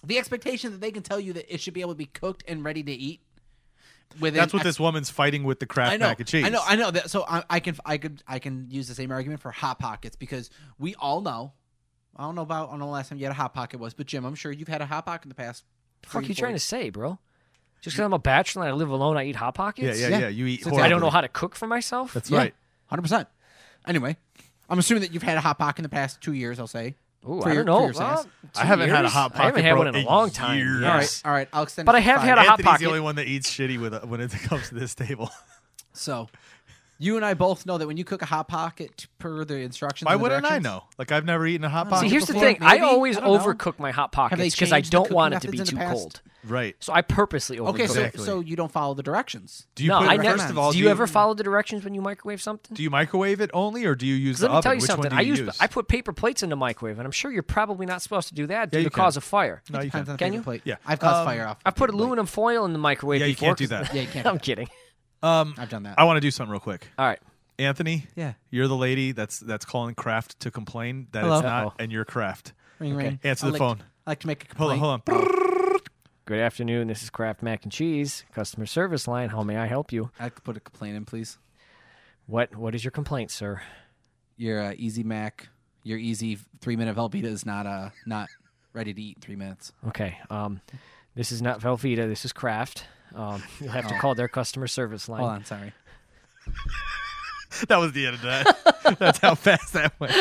B: The expectation that they can tell you that it should be able to be cooked and ready to eat. Within
A: that's what
B: X
A: this woman's fighting with the Kraft
B: I know,
A: mac and cheese.
B: I know, I know that. So I, I can, I could, I can use the same argument for hot pockets because we all know. I don't know about, I don't know the last time you had a hot pocket was, but Jim, I'm sure you've had a hot pocket in the past.
D: The fuck
B: three,
D: you
B: four
D: trying to say, bro? Just because I'm a bachelor and I live alone, I eat hot
A: yeah,
D: pockets.
A: yeah,
B: yeah.
A: yeah, You eat.
B: So it's-
A: horribly.
D: I don't know how to cook for myself.
A: That's
B: Yeah,
A: right.
B: hundred percent. Anyway, I'm assuming that you've had a hot pocket in the past two years. I'll say.
D: Ooh,
B: For
D: I
B: your-
D: don't
B: for your
D: know. Well,
B: size.
A: I
D: two
A: haven't had a
D: years?
A: hot
D: I haven't
A: pocket,
D: had
A: bro,
D: one in
A: in
D: a long time.
A: years.
D: Yeah.
B: All
A: Yes.
B: right, all right. I'll extend.
D: But
B: it
D: I
B: to
D: have
B: five.
D: had a hot
A: Anthony's
D: pocket.
A: the only one that eats shitty with when it comes to this table.
B: So, you and I both know that when you cook a hot pocket per the instructions.
A: Why
B: and the
A: wouldn't I
B: directions-
A: know? Like I've never eaten a hot
D: See,
A: pocket.
D: here's
B: before,
D: the thing. I
B: maybe?
D: always
B: I don't know.
D: overcomplicate my hot pockets because I
B: changed the
D: don't
B: cooking
D: want it to be
B: methods in
D: too
B: the past?
D: cold.
A: right.
D: So I purposely overcook.
B: Okay, so
A: Exactly.
B: so you don't follow the directions.
A: Do you
D: no,
A: put it,
D: I never.
A: first of all,
D: do you, ever follow the directions when you microwave something?
A: Do you microwave it only, or do you use
D: 'Cause
A: the
D: let me
A: oven?
D: tell you
A: Which One
D: something.
A: do
D: I
A: you
D: use,
A: use?
D: I put paper plates in the microwave, and I'm sure you're probably not supposed to do that
A: Yeah,
D: due
A: you
D: to
A: can.
D: cause of fire.
A: no, you
B: Depends on
A: can't.
B: the
D: Can
B: paper
D: you?
B: plate.
A: Yeah.
B: I've caused
A: Um,
B: fire off.
D: I
B: the
D: put
B: paper plate.
D: aluminum foil in the microwave.
A: Yeah, you
D: before
A: can't do
D: 'cause-
A: that.
B: Yeah, you can't. do
D: I'm
B: that.
D: kidding.
A: Um,
B: I've done that.
A: I want to do something real quick.
D: All right.
A: Anthony,
B: Yeah.
A: you're the lady that's that's calling Kraft to complain that
B: Hello.
A: it's
D: Uh-oh.
A: not, and you're Kraft.
B: Ring ring.
A: Answer
B: I
A: the
B: like-
A: phone.
B: I like to make a
A: Hold on,
B: complaint.
A: hold on.
D: Good afternoon. This is Kraft Mac and Cheese customer service line. How may I help you?
B: I could put a complaint in, please.
D: What What is your complaint, sir?
B: Your uh, Easy Mac, your Easy three minute Velveeta is not uh not ready to eat in three minutes.
D: Okay. Um, this is not Velveeta. This is Kraft. Um, you'll have to call their customer service line.
B: Hold on, sorry.
A: That was the end of that. that's how fast that went.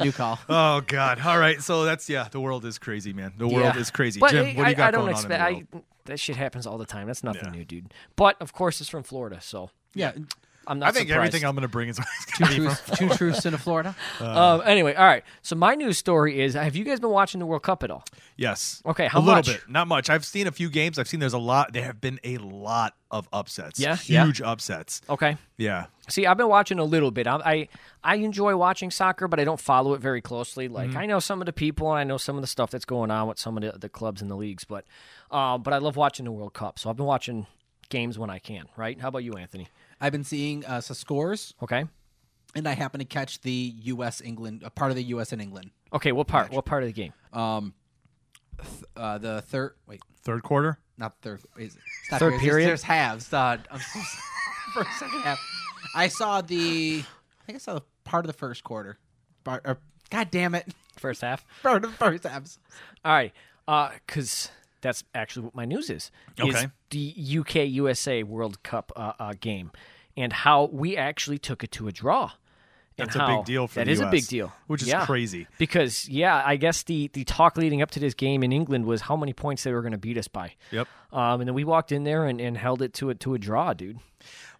B: New call.
A: Oh God! All right, so that's yeah. The world is crazy, man. The world
D: Yeah.
A: is crazy.
D: But
A: Jim,
D: I,
A: what do you got
D: I, I don't
A: going
D: expect
A: on in the world?
D: I, that shit happens all the time. That's nothing
A: Yeah.
D: new, dude. But of course, it's from Florida, so
B: Yeah,
D: I'm
A: I,
D: not.
A: think
D: surprised.
A: everything I'm going to bring is
B: two truths, two truths in Florida.
D: Um, anyway, all right. So my news story is: Have you guys been watching the World Cup at all?
A: yes.
D: Okay,
A: a
D: how
A: little
D: much?
A: bit, not much. I've seen a few games. I've seen there's a lot. There have been a lot of upsets.
D: Yeah, yeah.
A: huge upsets.
D: Okay.
A: Yeah,
D: See, I've been watching a little bit. I I, I enjoy watching soccer, but I don't follow it very closely. Like I know some of the people, and I know some of the stuff that's going on with some of the, the clubs and the leagues. But, um, but I love watching the World Cup, so I've been watching games when I can. Right? How about you, Anthony?
B: I've been seeing uh, some scores,
D: Okay.
B: and I happen to catch the U.S. England uh, part of the U.S. and England.
D: Okay. What part? What part of the game?
B: Um, th- uh, the third. Wait,
A: third quarter.
B: not third. Is, stop
D: Third
B: here.
D: period?
B: There's, there's halves. Uh, I'm so sorry. first second half. I saw the. I think I saw the part of the first quarter. Bar, or, God damn it!
D: first half.
B: For the first episode.
D: All right, because that's actually what my news is. is
A: Okay.
D: the UK USA World Cup uh, uh, game, and how we actually took it to a draw. And
A: That's a big
D: how-
A: deal for
D: that
A: the
D: is a big
A: US,
D: deal,
A: which is
D: Yeah.
A: crazy.
D: Because yeah, I guess the the talk leading up to this game in England was how many points they were going to beat us by.
A: Yep.
D: Um, and then we walked in there and, and held it to a, to a draw, dude.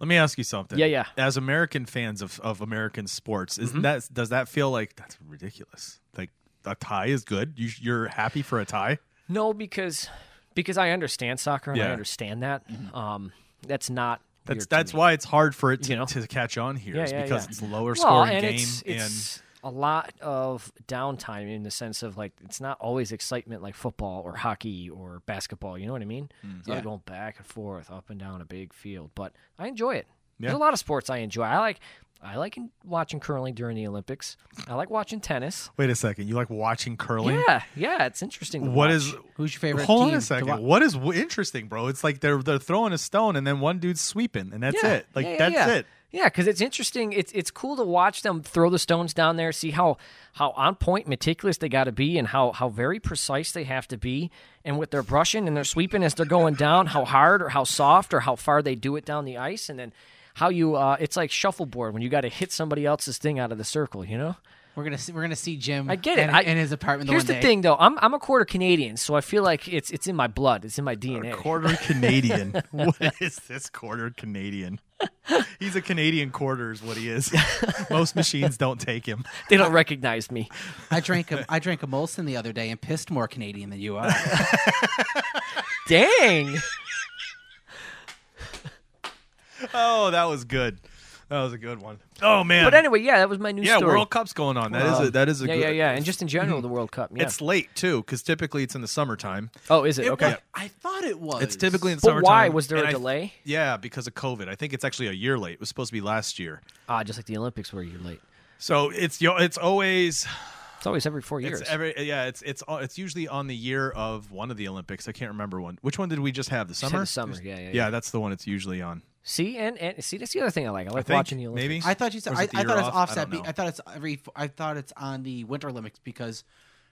A: Let me ask you something.
D: Yeah, Mm-hmm. yeah.
A: As American fans of, of American sports, isn't that does that feel like that's ridiculous? Like a tie is good. You, you're happy for a tie.
D: No, because because I understand soccer and I
A: Yeah. Mm-hmm.
D: understand that. Um, that's not
A: That's
D: weird to
A: that's
D: me.
A: why it's hard for it to,
D: You know?
A: to catch on here.
D: Yeah,
A: is
D: yeah,
A: because
D: yeah.
A: it's a lower
D: well,
A: scoring
D: and
A: game
D: it's, it's a lot of downtime in the sense of like it's not always excitement like football or hockey or basketball. You know what I mean?
A: Hmm.
D: It's
B: Yeah.
D: not going back and forth, up and down a big field. But I enjoy it.
A: Yeah.
D: There's a lot of sports I enjoy. I like I like in- watching curling during the Olympics. I like watching tennis.
A: and wait a second. You like watching curling?
D: Yeah, yeah, it's interesting. to
A: What
D: watch.
A: is
B: Who's your favorite
A: Hold on
B: team?
A: a
B: to wa-
A: second. What is w- interesting, bro? It's like they're they're throwing a stone and then one dude's sweeping and that's
D: Yeah,
A: it. Like
D: yeah, yeah,
A: that's
D: yeah.
A: it.
D: Yeah, because it's interesting. It's it's cool to watch them throw the stones down there, see how how on point, meticulous they got to be, and how how very precise they have to be, and what they're brushing and they're sweeping as they're going down, how hard or how soft or how far they do it down the ice, and then how you uh, it's like shuffleboard when you got to hit somebody else's thing out of the circle, you know.
B: We're gonna see, we're gonna see Jim.
D: I get it.
B: In,
D: I-
B: in his apartment.
D: Here's
B: the,
D: the
B: one day.
D: thing, though. I'm I'm a quarter Canadian, so I feel like it's it's in my blood. It's in my DNA.
A: Quarter Canadian. what is this quarter Canadian? He's a Canadian quarter is what he is. Most machines don't take him.
D: They don't recognize me.
B: I drank a I drank a Molson the other day and pissed more Canadian than you are.
D: Dang.
A: Oh, that was good. That was a good one. Oh man.
D: But anyway, yeah, that was my new
A: yeah,
D: story.
A: World Cup's going on. That is a, that is a
D: Um, yeah,
A: good.
D: yeah, yeah, and just in general, the World Cup. Yeah.
A: It's late too, because typically it's in the summertime.
D: oh, is it,
B: It
D: okay?
B: wa- I thought it was.
A: It's typically in the
D: But
A: summertime.
D: why was there
A: and
D: a
A: I-
D: delay?
A: yeah, because of COVID. I think it's actually a year late. It was supposed to be last year.
D: Ah, just like the Olympics, where you're late.
A: So it's you know, it's always
D: It's always every four years.
A: it's every yeah it's it's all- it's usually on the year of one of the Olympics. I can't remember one. Which one did we just have? The
D: Just
A: summer.
D: had the summer. Yeah, yeah, yeah.
A: Yeah, that's the one it's usually on.
D: See, and, and see, that's the other thing I like. I like
A: think,
D: watching the
A: maybe?
D: Olympics.
B: I thought you
A: Or
B: said.
A: is
B: I,
A: it the
B: I
A: year
B: thought it's
A: off? I
B: offset.
A: don't
B: be-
A: know.
B: I thought it's every. I thought it's on the Winter Olympics because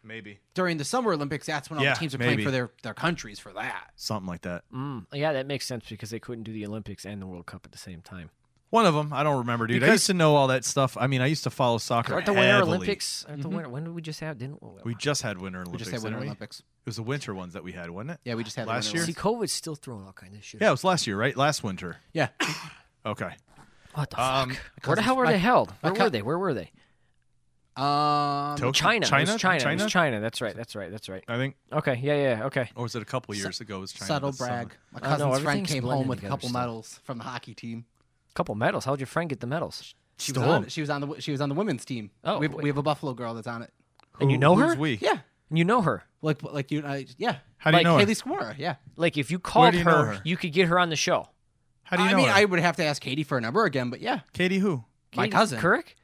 A: Maybe
B: during the Summer Olympics, that's when all
A: Yeah,
B: the teams are
A: maybe.
B: playing for their their countries for that.
A: something like that.
D: Mm, yeah, that makes sense because they couldn't do the Olympics and the World Cup at the same time.
A: One of them. I don't remember, dude. I
D: Because-
A: used to know all that stuff. I mean, I used to follow soccer.
D: Aren't the Winter
A: heavily. Mm-hmm.
D: Olympics? Aren't the winter, when did we just have? Didn't
A: We just had Winter Olympics.
B: We just had Winter
A: didn't we?
B: Olympics.
A: It was the winter ones that we had, wasn't it?
B: Yeah, we just had the
A: last
B: Winter
A: year.
D: see? COVID's still throwing all kind of shit.
A: Yeah, it was last year, right? Last winter.
B: Yeah,
A: Okay.
D: What the
A: Um,
D: fuck? Where the hell were they held? Where
B: co-
D: were they? Where were they?
B: um,
A: Tokyo?
D: China. China. It
A: China?
D: was China. It
A: China?
D: was China. That's right. That's right. That's right.
A: I think,
D: Okay. Yeah. Yeah. yeah, Okay.
A: or was it a couple years ago? It was China?
B: subtle
A: this summer.
B: brag. My
D: I know,
B: cousin's friend
D: everything's
B: came
D: blended
B: home with a
D: together
B: couple
D: still.
B: medals from the hockey team.
D: Couple medals. How'd your friend get the medals?
B: She
A: Stole
B: was on.
A: them.
B: She was on the. She was on the women's team.
D: Oh,
B: we have,
D: wait.
B: we have a Buffalo girl that's on it.
D: And you
A: Who-
D: know
A: who's
D: her?
A: we?
B: Yeah,
D: And you know her.
B: like like you. I yeah.
A: How do you
D: Like,
A: know her?
B: Haley Squamora, yeah.
D: Like if you called
A: do you know
D: her,
A: her?
D: you could get her on the show.
A: How do you
B: I
A: know
B: mean,
A: her?
B: I would have to ask Katie for a number again, but yeah,
A: Katie who?
B: My
D: Katie
B: cousin.
D: Couric?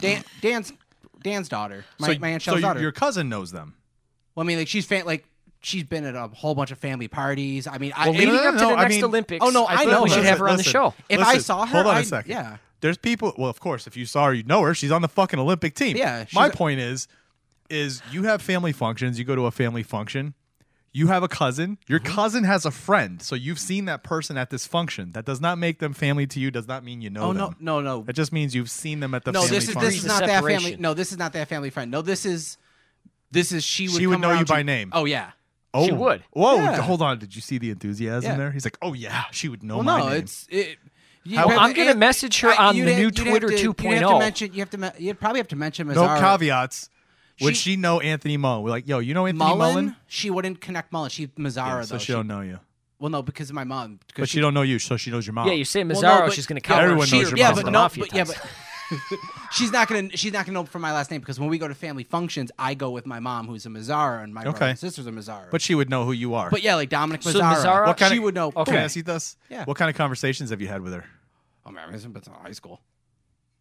B: Dan, Dan's Dan's daughter, my,
A: so,
B: my aunt
A: so
B: Shell's
A: your-
B: daughter.
A: your cousin knows them.
B: Well, I mean, like she's fan, like she's been at a whole bunch of family parties. I mean, I,
D: Well, leading
A: no,
D: up to
A: no,
D: the
A: I
D: next
A: mean-
D: Olympics.
B: Oh, no, I
D: think
B: know.
D: we should
B: Listen,
D: have her on the
A: listen.
D: show.
B: if I
A: Listen,
B: saw her,
A: hold on a
B: a
A: second.
B: yeah,
A: There's people. Well, of course, if you saw her, you know her. She's on the fucking Olympic team.
B: Yeah, she's
A: My
B: a-
A: point is, is you have family functions. You go to a family function. You have a cousin. Your
B: Uh-huh.
A: cousin has a friend. So you've seen that person at this function. That does not make them family to you. Does not mean you know
B: Oh
A: them.
B: no, no, no,
A: That just means you've seen them at the
B: no.
A: family
B: This is
A: function.
B: this is
D: The
B: not that family.
D: separation.
B: No, this is not that family friend. No, this is this is she would.
A: She would
B: come
A: know you
B: around
A: by
B: to-
A: name.
B: Oh yeah.
A: oh,
D: She would.
A: Whoa,
B: Yeah.
A: hold on. Did you see the enthusiasm
B: Yeah.
A: there? He's like, oh yeah, she would know
B: Well,
A: my
B: no,
A: name.
B: it's it. you
A: Well,
B: have
D: I'm gonna
B: and-
D: message her
B: I-
D: on
B: you'd
D: the
B: ha-
D: new
B: you'd have
D: Twitter oh.
B: to- you'd have to
D: 2.0.
B: mention- You have to. me- You'd probably have to mention
A: no
B: Mazzara.
A: caveats. Would she,
B: She-
A: know Anthony Mullen? We're like, yo, you know Anthony
B: Mullen,
A: Mullen?
B: She wouldn't connect Mullen. She
A: Yeah,
B: Mazzara
A: so
B: though.
A: she don't know you,
B: well, no, because of my mom. Because
A: but she don't know you, so she knows your mom.
D: Yeah, you say Mazzaro,
B: Well, no, but-
D: she's going to
B: yeah,
D: come.
A: Everyone
D: she,
A: knows your
D: yeah,
A: mom.
D: but
A: From
D: no,
B: but yeah, but she's not gonna she's not gonna know from my last name because when we go to family functions, I go with my mom who's a Mazzara and my brother
A: Okay.
B: and sisters are Mazzara.
A: But she would know who you are.
B: but yeah, like Dominic Mazzara,
D: So Mazzara-
A: What kind
B: she
A: of-
B: would know.
D: Okay.
A: Can I see this?
B: Yeah.
A: What kind of conversations have you had with her?
B: Oh man, it's been since high school.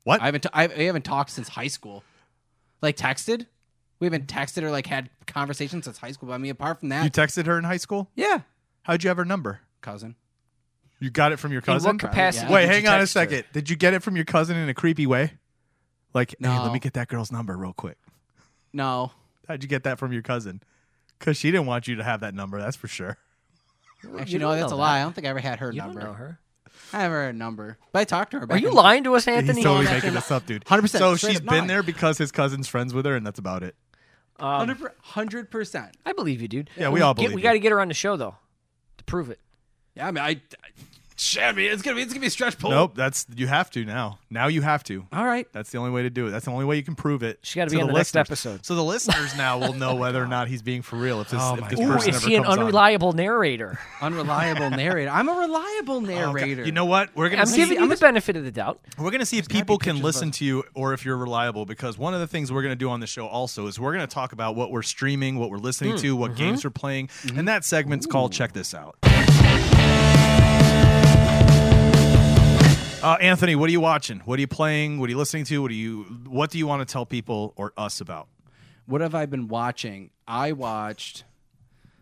A: What?
B: I haven't t- I I haven't talked since high school. Like texted, we haven't texted or like had conversations since high school. But I mean, apart from that,
A: you texted her in high school?
B: yeah,
A: How'd you have her number?
B: cousin.
A: You got it from your
D: in
A: cousin?
D: what capacity?
B: Yeah.
A: Wait,
D: did you
A: hang on a
D: text her?
A: second. Did you get it from your cousin in a creepy way? Like, hey,
B: No.
A: let me get that girl's number real quick.
B: No.
A: How'd you get that from your cousin? Because she didn't want you to have that number. That's for sure.
B: Actually,
D: you
B: no,
D: don't
B: that's a
D: know that.
B: lie. I don't think I ever had her
D: You don't
B: number.
D: know her.
B: I never had a number. But I talked to her.
D: Are
B: back
D: you
B: in-
D: lying to us, Anthony?
A: He's totally
B: that's
A: making
B: a-
A: this up, dude.
B: 100%,
A: So
B: straight
A: she's
B: up
A: been
B: not.
A: there because his cousin's friends with her, and that's about it.
D: Um,
B: 100%.
D: I believe you, dude.
A: Yeah, we all
D: get-
A: believe
D: We
A: you.
D: got to get her on the show though to prove it.
B: Yeah, I mean, I. I shit, I mean, it's gonna be it's gonna be a stretch pull.
A: Nope, that's you have to now. Now you have to.
B: All right.
A: That's the only way to do it. That's the only way you can prove it.
D: She gotta
A: to
D: be on the next
A: listeners.
D: episode.
A: So the listeners now will know whether or not he's being for real. If this, if this
D: Ooh,
A: person
D: is
A: ever
D: she an
A: comes on.
D: unreliable narrator?
B: Unreliable narrator. I'm a reliable
A: Oh, God.
B: narrator.
A: You know what? We're gonna
D: I'm
A: see,
D: giving you
B: I'm
D: the
B: a-
D: benefit of the doubt.
A: we're gonna see if
B: gotta be
A: people can
B: pictures of
A: listen
B: us.
A: to you or if you're reliable. Because one of the things we're gonna do on the show also is we're gonna talk about what we're streaming, what we're
D: Hmm.
A: listening to, what
D: Mm-hmm.
A: games we're playing, and that segment's called "Check This Out." Uh, Anthony, what are you watching? What are you playing? What are you listening to? What do you What do you want to tell people or us about?
B: what have I been watching? I watched.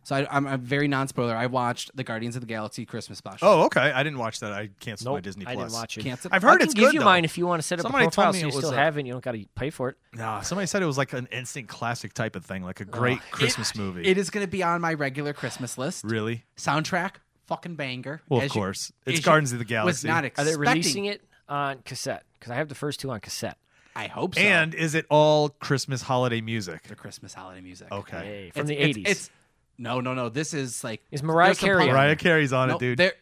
B: So I, I'm a very non-spoiler. I watched the Guardians of the Galaxy Christmas special.
A: Oh, okay. I didn't watch that. I canceled my
D: Nope,
A: Disney
D: I
A: Plus.
D: didn't watch it.
B: Cancel.
A: I've heard
D: I can
A: it's
D: give
A: good,
D: you
A: though.
D: mine if you want to set up
A: Somebody
D: a
A: told
D: profile
A: me
D: so
A: it
D: you
A: was
D: still
A: a-
D: have it. and You don't got to pay for it.
A: Nah, somebody said it was like an instant classic type of thing, like a great Christmas movie.
B: It is going to be on my regular Christmas list.
A: really?
B: Soundtrack, fucking banger.
A: Well, of
B: As you-
A: course.
B: as
A: It's
B: you
A: Guardians of the
B: Was
A: Galaxy.
B: not
D: Are
B: expecting.
D: they releasing it on cassette? Because I have the first two on cassette.
B: I hope so.
A: And is it all Christmas holiday music?
B: the Christmas holiday music.
A: Okay.
D: Hey, from the
B: It's-
D: '80s.
B: It's no, no, no. This is like
D: Is Mariah
B: there's some
D: Carey
B: punk-
D: on
A: Mariah Carey's on
B: No,
A: it, dude.
B: there-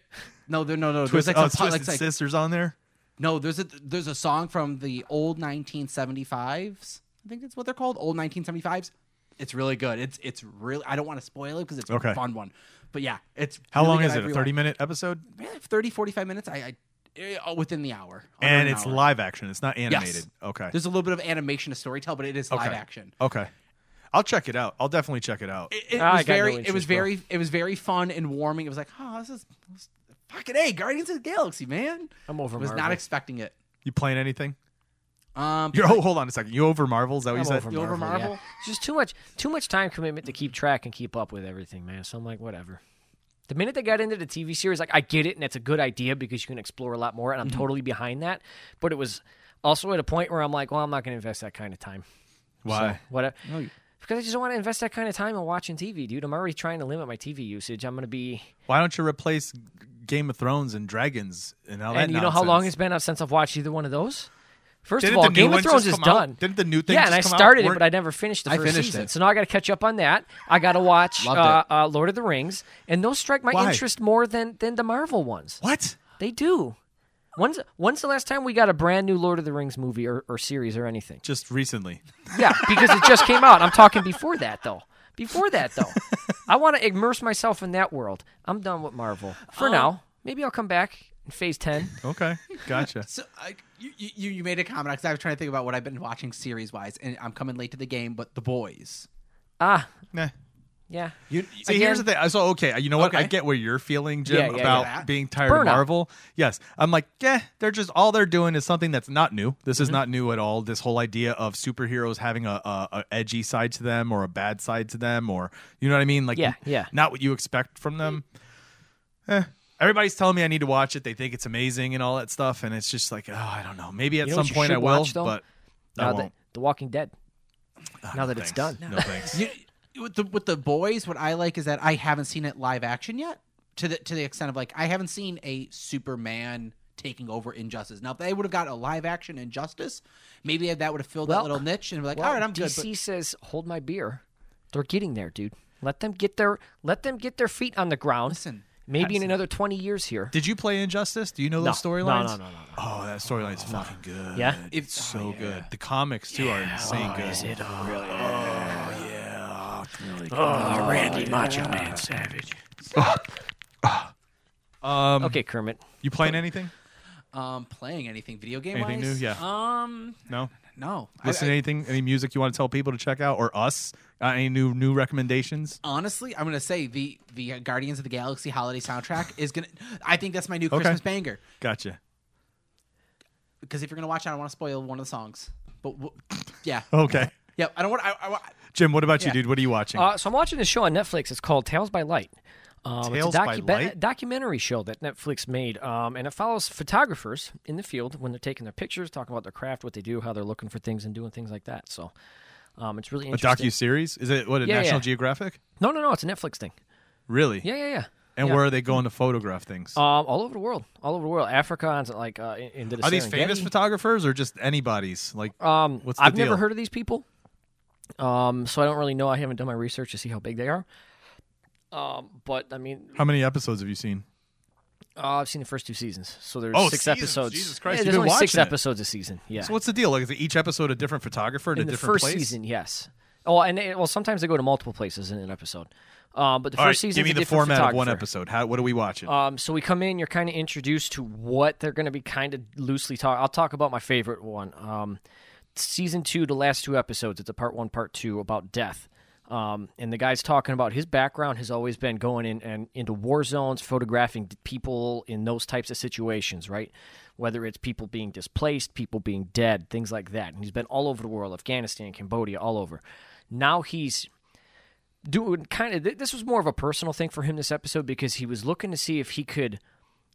B: no, there, no, no.
A: Twist,
B: there's like
A: oh,
B: some
A: it's
B: punk-
A: Twisted
B: like- like-
A: Sisters on there.
B: No, there's a there's a song from the old 1975s. I think that's what they're called, old 1975s. It's really good. It's it's really. I don't want to spoil it because it's
A: Okay.
B: a fun one. But yeah, it's
A: How
B: really
A: long
B: good.
A: is
B: I
A: it? A
B: rewatched-
A: thirty-minute episode,
B: Yeah, 30, 45 minutes. I, I eh, uh, within the hour. under
A: and
B: an
A: it's
B: hour.
A: live action. It's not animated. Okay.
B: There's a little bit of animation to storytell, but it is live
A: Okay.
B: action.
A: Okay. I'll check it out. I'll definitely check it out.
B: It, it
D: Ah, I
B: was
D: got no
B: very. it was
D: interest, bro.
B: very. It was very fun and warming. It was like, oh, this is, this is fucking a Guardians of the Galaxy, man.
D: I'm over.
B: was not
D: Marvel.
B: expecting it.
A: You playing anything?
B: Um,
A: You're, oh, hold on a second. You over Marvel? Is that what you
D: I'm
A: said?
D: over
B: you over Marvel?
D: It's just too much too much time commitment to keep track and keep up with everything, man. So I'm like, whatever. The minute they got into the TV series, like I get it, and it's a good idea because you can explore a lot more, and I'm
B: Mm-hmm.
D: totally behind that. But it was also at a point where I'm like, well, I'm not going to invest that kind of time.
A: Why?
D: Whatever.
B: No, you-
D: Because I just don't want to invest that kind of time in watching TV, dude. I'm already trying to limit my TV usage. I'm going to be,
A: Why don't you replace Game of Thrones and Dragons and all that?
D: and you know how long
A: nonsense?
D: it's been out since I've watched either one of those. 1st
A: Didn't
D: of all,
A: the new
D: Game
A: one
D: of Thrones
A: just
D: is
A: come out?
D: done.
A: Didn't the new thing
D: Yeah, and I
A: just come out?
D: started it,
A: Weren't-
D: but I never finished the
B: I
D: first
B: finished
D: season.
B: it.
D: So now I got to catch up on that. I got to watch
B: Loved
D: uh, uh, Lord of the Rings, and those strike my
A: Why?
D: interest more than than the Marvel ones.
A: What?
D: They do. When's when's the last time we got a brand new Lord of the Rings movie or, or series or anything?
A: Just recently.
D: Yeah, because it just came out. I'm talking before that though. Before that though, I want to immerse myself in that world. I'm done with Marvel
A: Um,
D: for now. Maybe I'll come back in Phase Ten.
A: Okay, gotcha.
B: So I, you, you you made a comment because I was trying to think about what I've been watching series wise, and I'm coming late to the game. But The Boys,
D: Ah,
A: nah.
D: yeah.
A: You, See, here's the thing. I So, okay, you know what? I
B: Okay.
A: get where you're feeling, Jim,
D: Yeah, yeah,
A: about
B: yeah.
A: being tired
D: Burnout.
A: of Marvel. Yes, I'm like, yeah, they're just all they're doing is something that's not new. This
D: Mm-hmm.
A: is not new at all. This whole idea of superheroes having a, a, a edgy side to them or a bad side to them, or you know what I mean? Like,
D: Yeah, yeah.
A: not what you expect from them. Eh. Everybody's telling me I need to watch it. They think it's amazing and all that stuff, and it's just like, oh, I don't know. Maybe at
D: You
A: some
D: know what you
A: point I
D: should
A: will,
D: watch, though?
A: but I
D: Now
A: won't.
D: that The Walking Dead. now that it's
A: Thanks.
D: done.
A: No thanks.
B: you, with the with The Boys, what I like is that I haven't seen it live action yet. To the to the extent of like I haven't seen a Superman taking over Injustice. Now if they would have got a live action Injustice, maybe that would have filled
D: Well-
B: that little niche and be like,
D: Well,
B: all right, I'm good.
D: DC says, "Hold my beer." They're getting there, dude. Let them get their let them get their feet on the ground.
B: Listen,
D: maybe in another twenty years here.
A: Did you play Injustice? Do you know
D: No,
A: those
D: no,
A: storylines?
D: no, no, no, no.
A: Oh, that storyline's fucking good.
D: Yeah?
A: it's so good. The comics too are insane good. um,
D: okay, Kermit.
A: You playing anything?
B: But um, playing anything video game
A: Anything new?
B: wise,
A: Yeah.
B: Um,
A: No.
B: no. I-
A: Listen
B: I-
A: to anything? Any music you want to tell people to check out or us? Uh, any new new recommendations?
B: honestly, I'm gonna say the the Guardians of the Galaxy holiday soundtrack is gonna. I think that's my new
A: Okay.
B: Christmas banger.
A: Gotcha.
B: Because if you're gonna watch it, I don't want to spoil one of the songs. But w- yeah,
A: Okay,
B: yeah, I don't want. I, I, wa-
A: Jim. What about you, dude? What are you watching?
D: Uh, so I'm watching this show on Netflix. It's called Tales by Light. Um,
A: Tales
D: it's a
A: by
D: docu-
A: Light?
D: documentary show that Netflix made, um, and it follows photographers in the field when they're taking their pictures, talking about their craft, what they do, how they're looking for things, and doing things like that. So Um, it's really
A: A
D: interesting.
A: docu series? Is it what a
D: Yeah,
A: National
D: yeah.
A: Geographic?
D: no, no, no. It's a Netflix thing.
A: Really?
D: Yeah, yeah, yeah.
A: And
D: yeah.
A: where are they going to photograph things?
D: Um, all over the world, all over the world, Africa, and like uh, in- into the
A: are these famous
D: Serengeti.
A: photographers or just anybody's? Like,
D: Um,
A: What's the
D: I've never
A: deal?
D: heard of these people, um, so I don't really know. I haven't done my research to see how big they are. Um, but I mean,
A: how many episodes have you seen?
D: uh, I've seen the first two seasons, so there's
A: Oh,
D: six
A: seasons.
D: episodes.
A: Jesus Christ,
D: yeah,
A: you've
D: there's
A: been
D: only six
A: watching it.
D: episodes a season. Yeah,
A: So what's the deal? Like, is it each episode a different photographer at
D: in
A: a
D: the
A: different
D: first
A: place?
D: season, yes. Oh, and it, well, sometimes they go to multiple places in an episode. Um, but the
A: All right,
D: first season,
A: give me
D: a
A: the
D: different
A: format of one
D: photographer.
A: episode. How? What are we watching?
D: Um, so we come in, you're kind of introduced to what they're going to be kind of loosely talk. I'll talk about my favorite one. Um, season two, the last two episodes. It's a part one, part two about death. Um, and the guy's talking about his background has always been going in and into war zones, photographing d- people in those types of situations, right? Whether it's people being displaced, people being dead, things like that. And he's been all over the world, Afghanistan, Cambodia, all over. Now he's doing kind of th- this was more of a personal thing for him this episode because he was looking to see if he could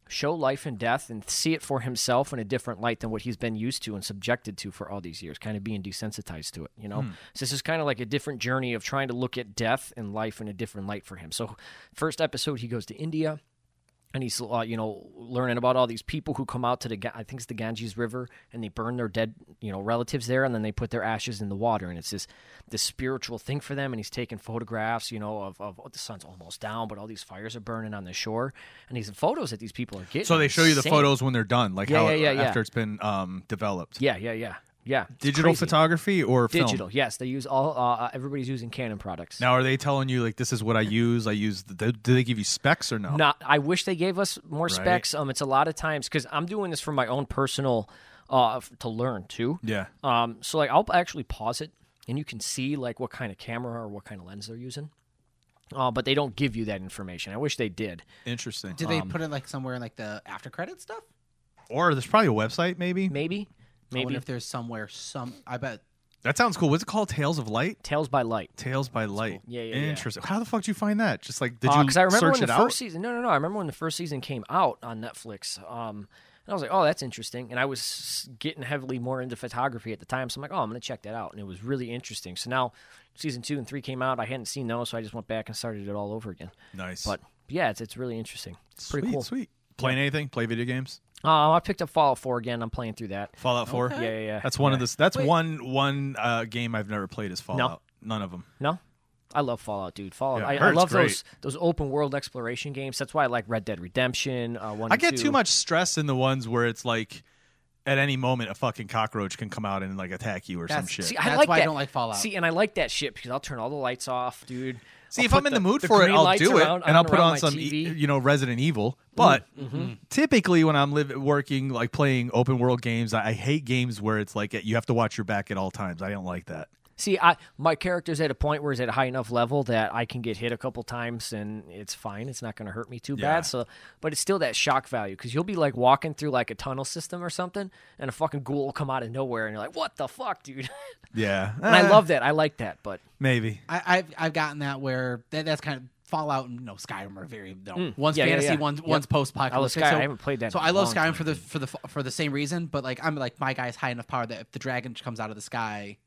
D: show life and death and see it for himself in a different light than what he's been used to and subjected to for all these years kind of being desensitized to it you know so this is kind of like a different journey of trying to look at death and life in a different light for him so first episode he goes to india and he's uh, you know learning about all these people who come out to the Ga- I think it's the Ganges River and they burn their dead you know relatives there and then they put their ashes in the water and it's this this spiritual thing for them and he's taking photographs you know of, of oh, the sun's almost down but all these fires are burning on the shore and these photos that these people are getting
A: so
D: are
A: they show you the
D: insane.
A: photos when they're done, like
D: Yeah,
A: how
D: yeah, yeah, yeah.
A: after it's been um, developed.
D: yeah yeah yeah yeah It's
A: Digital
D: crazy.
A: photography or film?
D: digital yes they use all uh, everybody's using Canon products
A: Now, are they telling you like this is what I use? I use. The, do they give you specs or no?
D: Not, I wish they gave us more specs. Um, it's a lot of times because I'm doing this for my own personal, uh, f- to learn too.
A: Yeah.
D: Um, so like I'll actually pause it and you can see like what kind of camera or what kind of lens they're using. Uh, but they don't give you that information. I wish they did.
A: Interesting. Um,
B: Did
D: Um,
B: they put it like somewhere in like the after credit stuff?
A: Or there's probably a website, maybe.
D: Maybe,
B: I
D: maybe
B: wonder if there's somewhere some. I bet
A: That sounds cool. What's it called? Tales of Light.
D: Tales by Light.
A: Tales by Light.
D: Yeah, yeah, yeah.
A: Interesting. How the fuck did you find that? Just like did you
D: Because Uh, I remember
A: search
D: when the
A: it
D: first
A: out?
D: season. No, no, no. I remember when the first season came out on Netflix. Um, and I was like, oh, that's interesting. And I was getting heavily more into photography at the time, so I'm like, oh, I'm gonna check that out. And it was really interesting. So now, season two and three came out. I hadn't seen those, so I just went back and started it all over again.
A: Nice.
D: But yeah, it's it's really interesting. It's
A: sweet,
D: pretty cool.
A: Sweet. Playing anything? Play video games?
D: Uh, I picked up Fallout 4 again. I'm playing through that.
A: Fallout Four.
D: Yeah, yeah, yeah.
A: That's one of the. That's one one uh, game I've never played is Fallout. None of them.
D: No, I love Fallout, dude. Fallout.
A: Yeah,
D: I, I
A: Heart's
D: love
A: great.
D: those those open world exploration games. That's why I like Red Dead Redemption. Uh, one.
A: I
D: and
A: get
D: two.
A: too much stress in the ones where it's like, at any moment a fucking cockroach can come out and like attack you or some
B: That's-
A: shit.
D: See,
A: See,
D: I
B: That's
D: like
B: why I
D: that.
B: don't like Fallout.
D: See, and I like that shit because I'll turn all the lights off, dude. I'll
A: if
D: put
A: I'm in the, mood
D: the
A: for it,
D: green
A: I'll
D: lights
A: do it,
D: around-
A: and I'll
D: on-
A: put
D: around
A: on
D: my Mm-hmm.
A: some, e,
D: TV.
A: you know, Resident Evil. But typically, when I'm live, working, like playing open world games, I, I hate games where it's like you have to watch your back at all times. I don't like that.
D: See, I my character's at a point where he's at a high enough level that I can get hit a couple times and it's fine. It's not going to hurt me too
A: Yeah.
D: bad. So, but it's still that shock value because you'll be like walking through like a tunnel system or something, and a fucking ghoul will come out of nowhere, and you're like, "What the fuck, dude?"
A: Yeah,
D: and I
A: Eh,
D: love that. I like that, but
A: maybe.
B: I, I've I've gotten that where that, that's kind of Fallout and no Skyrim are very no, one's
D: Hmm. yeah, yeah,
B: fantasy,
D: yeah.
B: one's
D: Yep.
B: one's post apocalyptic.
D: I love Skyrim. I haven't played that in
B: So
D: a
B: I love
D: long
B: Skyrim
D: time,
B: for the for the for the same reason, but like I'm like my guy's high enough power that if the dragon comes out of the sky,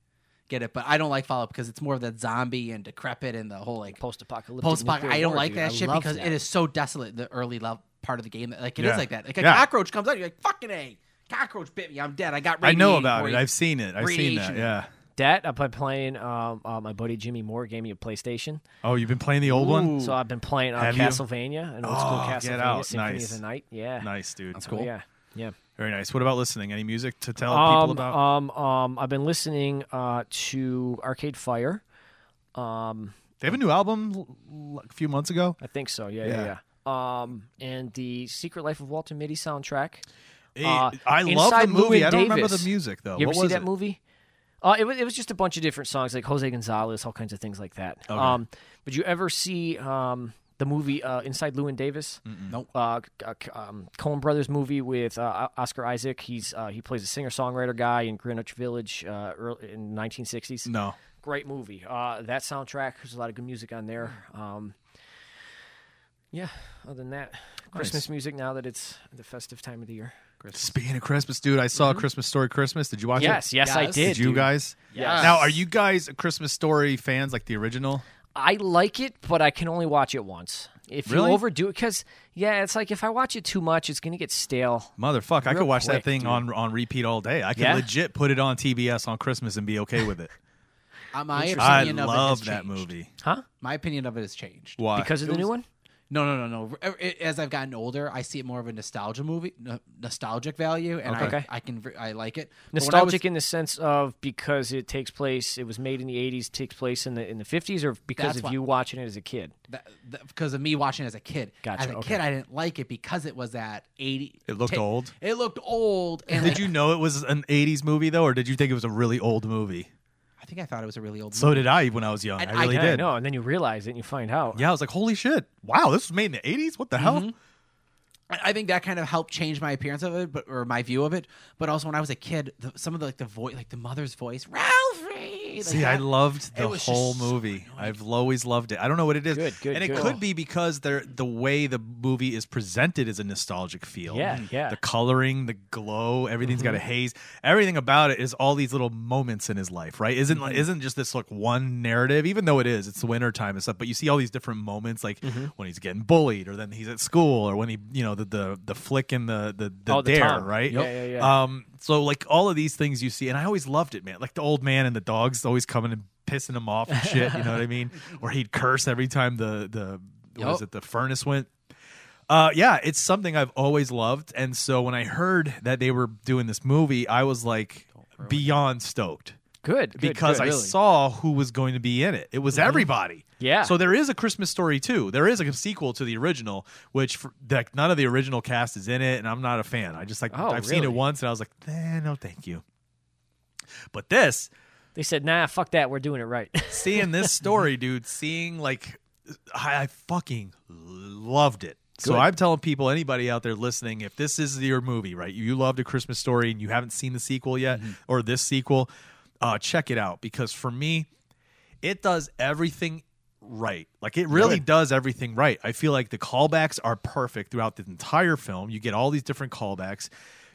B: get it. But I don't like Fallout because it's more of that zombie and decrepit and the whole like
D: post-apocalyptic.
B: post apocalyptic.
D: nuclear
B: I don't
D: war,
B: like
D: dude.
B: that
D: I
B: shit
D: love
B: because
D: that.
B: it is so desolate. The early love part of the game, like it is
A: Yeah.
B: like that. Like a
A: Yeah.
B: cockroach comes out, you're like fucking a cockroach bit me. I'm dead. I got.
A: I know
B: radiating
A: about it.
B: poison."
A: I've seen it. I've seen that.
B: radiation.
A: Yeah.
D: That I've been playing. Um, uh, my buddy Jimmy Moore gave me a PlayStation.
A: Oh, you've been playing the old one.
D: So I've been playing uh,
A: Have you?
D: Castlevania, an old school
A: Oh, get
D: Castlevania
A: out.
D: Symphony
A: Nice.
D: of the Night. Yeah,
A: Nice, dude. That's
D: So, Yeah, yeah.
A: Very nice. What about listening? Any music to tell people
D: Um,
A: about?
D: um, um, I've been listening uh, to Arcade Fire. Um,
A: they have a new album l- l- a few months ago.
D: I think so. Yeah,
A: Yeah.
D: yeah, yeah. Um, and the Secret Life of Walter Mitty soundtrack.
A: Hey,
D: Uh,
A: I love
D: Inside
A: the movie.
D: Llewyn
A: I don't remember
D: Davis.
A: the music though.
D: You ever
A: what
D: see
A: was
D: that
A: it?
D: movie? Uh, it was it was just a bunch of different songs like Jose Gonzalez, all kinds of things like that. Um, but you ever see um, the movie uh, Inside Llewyn Davis?
B: Nope.
D: Uh, c- uh, c- um, Coen Brothers movie with uh, O- Oscar Isaac. He's uh, he plays a singer songwriter guy in Greenwich Village uh, early, in 1960s.
A: No.
D: Great movie. Uh, that soundtrack. There's a lot of good music on there. Um, yeah. Other than that, Christmas music. Now that it's the festive time of the year.
B: Christmas.
A: Speaking of Christmas, dude, I saw Christmas Story Christmas. Did you watch
D: Yes,
A: it?
D: yes, I
B: Yes.
D: did.
A: Did you
D: dude.
A: guys?
D: Yes.
A: Now, are you guys Christmas Story fans like the original?
D: I like it, but I can only watch it once. If
A: Really?
D: you overdo it, because yeah, it's like if I watch it too much, it's gonna get stale.
A: Motherfuck, I
D: Real
A: could watch that
D: quick,
A: thing
D: dude.
A: on on repeat all day. I could
D: Yeah?
A: legit put it on TBS on Christmas and be okay with it.
B: Uh, my
A: I
B: opinion of
A: love
B: it has
A: that
B: changed.
A: movie.
D: Huh?
B: My opinion of it has changed.
A: Why?
D: Because of the new one?
B: No, no, no, no. R- it- As I've gotten older, I see it more of a nostalgia movie, no- nostalgic value, and
D: Okay.
B: I, I can, v- I like it. But when I was-
D: Nostalgic in the sense of because it takes place it was made in the eighties, takes place in the in the fifties, or because
B: That's
D: of
B: why-
D: you watching it as a kid.
B: that, that, because of me watching it as a kid.
D: Gotcha,
B: As a
D: okay.
B: kid, I didn't like it because it was that eighty.
A: It looked
B: ta-
A: old?
B: It looked old, and
A: Did
B: like,
A: you know it was an 80s movie, though, or did you think it was a really old movie?
B: I think I thought it was a really old.
A: So did I when I was young.
B: And
A: I really
D: yeah, I
A: did.
D: know, and then you realize it and you find out.
A: Yeah, I was like, holy shit. Wow, this was made in the 80s? What the
D: Mm-hmm.
A: hell?
B: I I think that kind of helped change my appearance of it, but or my view of it. But also, when I was a kid, the, some of the like the voice, like the mother's voice, Ralphie. Like
A: See, I
B: that-
A: loved the
B: was just
A: whole
B: so
A: movie. I've always loved it. I don't know what it is.
D: Good, good,
A: and it
D: good.
A: could be because they're, the way the movie is presented is a nostalgic feel. Mm.
D: Yeah, yeah. Mm-hmm.
A: The coloring, the glow, everything's got a haze. Everything about it is all these little moments in his life, right? Isn't
D: Mm-hmm.
A: like isn't just this like one narrative, even though it is, it's the winter time and stuff, but you see all these different moments like
D: Mm-hmm.
A: when he's getting bullied or then he's at school or when he you know the the, the flick and the the, the
D: Oh, the
A: dare,
D: tongue.
A: right?
D: Yep. Yeah, yeah, yeah.
A: Um so like all of these things you see, and I always loved it, man. Like the old man and the dogs always coming and pissing him off and shit, you know what I mean? Or he'd curse every time the the what
B: Yep.
A: was it, the furnace went. Uh, yeah, it's something I've always loved, and so when I heard that they were doing this movie, I was like beyond stoked
D: Good. good,
A: because
D: good.
A: I saw who was going to be in it. It was everybody.
D: Yeah.
A: So there is a Christmas story too. There is a sequel to the original, which for, like none of the original cast is in it, and I'm not a fan. I just like
D: Oh,
A: I've seen it
D: really?
A: once, and I was like, eh, no, thank you. But this,
D: they said, nah, fuck that, we're doing it right.
A: seeing this story, dude, seeing like I, I fucking loved it. So
D: Good.
A: I'm telling people, anybody out there listening, if this is your movie, right? You loved a Christmas story and you haven't seen the sequel yet
D: Mm-hmm.
A: or this sequel, uh, check it out because for me, it does everything right. Like it really does everything right. I feel like the callbacks are perfect throughout the entire film. You get all these different callbacks.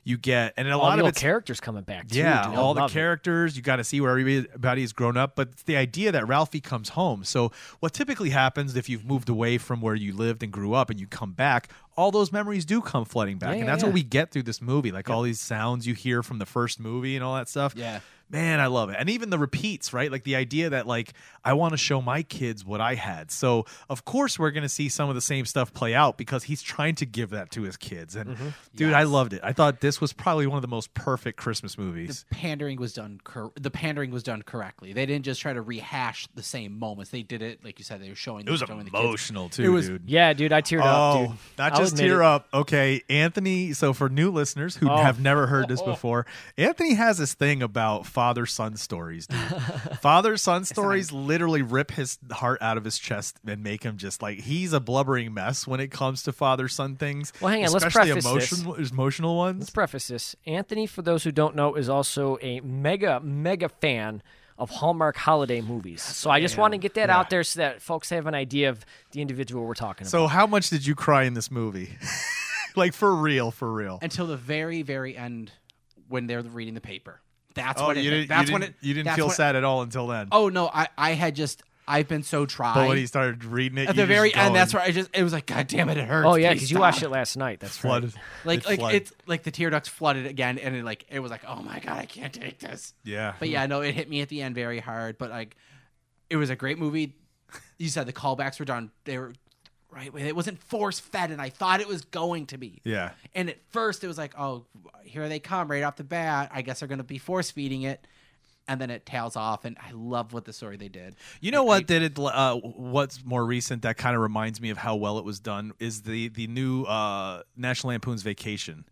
A: You get and a
D: All
A: lot
D: the
A: of
D: old
A: it's
D: characters coming back too.
A: yeah,
D: dude. I
A: all the
D: love it.
A: characters. You got to see where everybody's grown up. But it's the idea that Ralphie comes home. So, what typically happens if you've moved away from where you lived and grew up and you come back, all those memories do come flooding back.
D: Yeah,
A: and
D: yeah,
A: that's
D: yeah.
A: what we get through this movie like all these sounds you hear from the first movie and all that stuff.
B: Yeah.
A: Man, I love it. And even the repeats, right? Like the idea that like I want to show my kids what I had. So, of course, we're going to see some of the same stuff play out because he's trying to give that to his kids. And
B: Mm-hmm.
A: dude, I loved it. I thought this was probably one of the most perfect Christmas movies.
B: pandering was done cor- the pandering was done correctly they didn't just try to rehash the same moments they did it like you said they were showing
A: It was
B: showing the kids.
A: emotional too,
B: It was-
A: dude.
D: Yeah, dude, I teared
A: oh,
D: up, dude.
A: not
D: I'll
A: just
D: admit
A: tear
D: it.
A: up. Okay, Anthony. So for new listeners who
D: Oh.
A: have never heard this before, Anthony has this thing about father son stories. Dude. father son stories literally rip his heart out of his chest and make him just like he's a blubbering mess when it comes to father son things.
D: Well, hang on, let's
A: especially
D: preface this.
A: emotional emotional
D: Let's
A: ones.
D: preface this. Anthony, for those who don't know, is also a mega, mega fan of Hallmark holiday movies. So I just want to get that out there so that folks have an idea of the individual we're talking about.
A: So how much did you cry in this movie? like for real, for real.
B: until the very very end when they're reading the paper that's
A: oh,
B: when it
A: you
B: hit.
A: didn't. you
B: that's when
A: didn't-
B: it
A: you didn't
B: that's
A: feel
B: when-
A: sad at all until then.
B: oh no i i had just i've been so tried
A: But when he started reading it
B: at
A: you
B: the
A: just
B: very end
A: going-
B: that's where i just it was like god damn it it hurts
D: oh yeah,
B: Please
D: because you
B: stop."
D: watched it last night. That's right.
A: flooded.
B: like
A: It
B: like
A: flooded.
B: it's like the tear ducts flooded again and it like it was like oh my god i can't take this
A: yeah.
B: But yeah, no, it hit me at the end very hard. But like, it was a great movie. You said the callbacks were done. They were right. It wasn't force fed, and I thought it was going to be.
A: Yeah.
B: And at first, it was like, oh, here they come right off the bat. I guess they're going to be force feeding it. And then it tails off, and I love what the story they did.
A: You know what did it? Uh, what's more recent that kind of reminds me of how well it was done is the the new uh, National Lampoon's Vacation.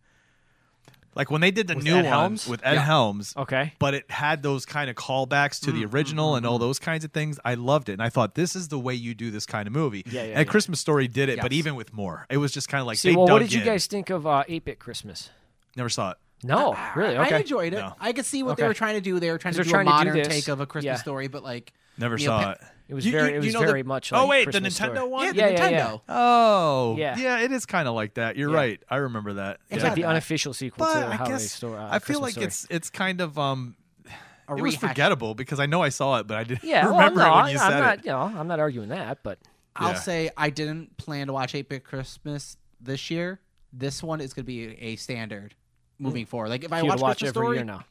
A: Like when they did the
D: With
A: new
D: Ed
A: one
D: Helms? Oh.
A: with Ed Helms,
D: Okay.
A: but it had those kind of callbacks
D: Mm,
A: to the original and all those kinds of things. I loved it, and I thought this is the way you do this kind of movie.
D: Yeah, yeah,
A: and
D: yeah.
A: Christmas Story did it, but
B: Yes.
A: even with more, it was just kind of like
D: See,
A: they
D: well, what
A: dug
D: did you
A: in.
D: guys think of uh, 8-Bit Christmas?
A: never saw it.
D: No, Oh, really?
B: I
D: Okay.
B: enjoyed it.
A: No.
B: I could see what they
D: Okay.
B: were trying to do. They were trying to
D: 'Cause
B: do
D: they're
B: a
D: trying to do
B: modern
D: this.
B: take of a Christmas
D: Yeah.
B: story, but like
A: Never
B: Neil
A: saw
B: Pa-
A: it.
D: It was
A: You-
D: very,
A: you-
D: it
A: you
D: was
A: know the-
D: very much. Like
A: oh wait, the
D: Christmas
A: Nintendo
D: story.
A: one.
B: Yeah, the
D: Yeah, yeah,
B: Nintendo.
D: yeah.
A: Oh,
D: Yeah.
A: yeah. It is kind of like that. You're
D: Yeah.
A: right. I remember that.
D: It's
A: Yeah.
D: like the unofficial sequel
A: but
D: to the
A: I
D: holiday
A: guess
D: store. Uh,
A: I feel
D: Christmas
A: like
D: story.
A: it's it's kind of um.
B: A
A: It was
B: rehash.
A: forgettable because I know I saw it, but I didn't
D: yeah. Well, I'm
A: remember it
D: not.
A: when you
D: I'm
A: said
D: not.
A: it.
D: You know, I'm not arguing that, but
B: I'll
A: Yeah.
B: say I didn't plan to watch 8 Bit Christmas this year. This one is going to be a standard moving forward. Like if I
D: Mm. you
B: watch,
D: would watch
B: Christmas
D: every
B: Story,
D: year now.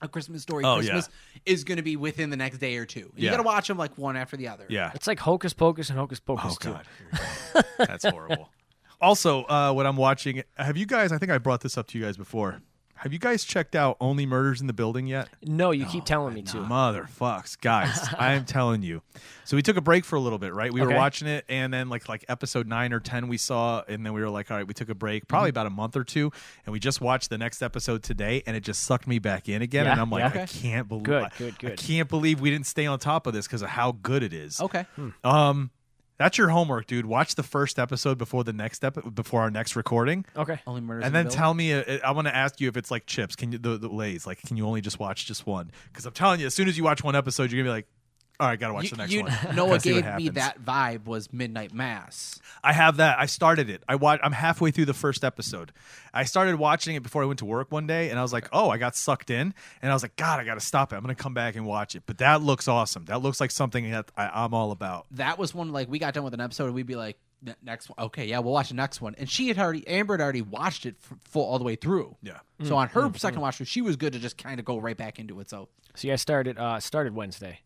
B: a Christmas Story
A: Oh,
B: Christmas is going to be within the next day or two. You
A: Yeah.
B: got to watch them like one after the other.
A: Yeah.
D: It's like Hocus Pocus and Hocus Pocus
A: Oh
D: too.
A: God, Here we go. that's horrible. Also, uh, what I'm watching, have you guys? I think I brought this up to you guys before. Have you guys checked out Only Murders in the Building yet?
D: No, you keep telling me to.
A: Motherfucks, guys, I am telling you. So we took a break for a little bit, right? We were
D: Okay.
A: watching it, and then like like episode nine or ten, we saw, and then we were like, all right, we took a break, probably
D: Mm-hmm.
A: about a month or two, and we just watched the next episode today, and it just sucked me back in again, and
D: Yeah,
A: I'm like,
D: yeah.
A: I can't believe,
D: Good,
A: I,
D: good,
A: I
D: good.
A: can't believe we didn't stay on top of this because of how good it is.
B: Okay.
D: Hmm.
A: Um, that's your homework, dude. Watch the first episode before the next ep- before our next recording,
D: Okay.
B: Only murders in
A: and
B: the
A: then
B: Building.
A: tell me. uh, I want to ask you if it's like chips. Can you the, the lays like? Can you only just watch just one? Because I'm telling you, as soon as you watch one episode, you're gonna be like, all right, gotta watch the next
B: you,
A: one.
B: You know
A: Gotta
B: what
A: see what
B: gave me
A: happens.
B: that vibe was Midnight Mass.
A: I have that. I started it. I watch. I'm halfway through the first episode. I started watching it before I went to work one day, and I was like, "Oh, I got sucked in," and I was like, "God, I got to stop it. I'm gonna come back and watch it." But that looks awesome. That looks like something that I, I'm all about.
B: That was one like we got done with an episode and we'd be like "Ne- next one. Okay, yeah, we'll watch the next one. And she had already Amber had already watched it f- full all the way through.
A: Yeah.
D: Hmm.
B: So on her second watch through, she was good to just kind of go right back into it. So
D: See, I started uh started Wednesday.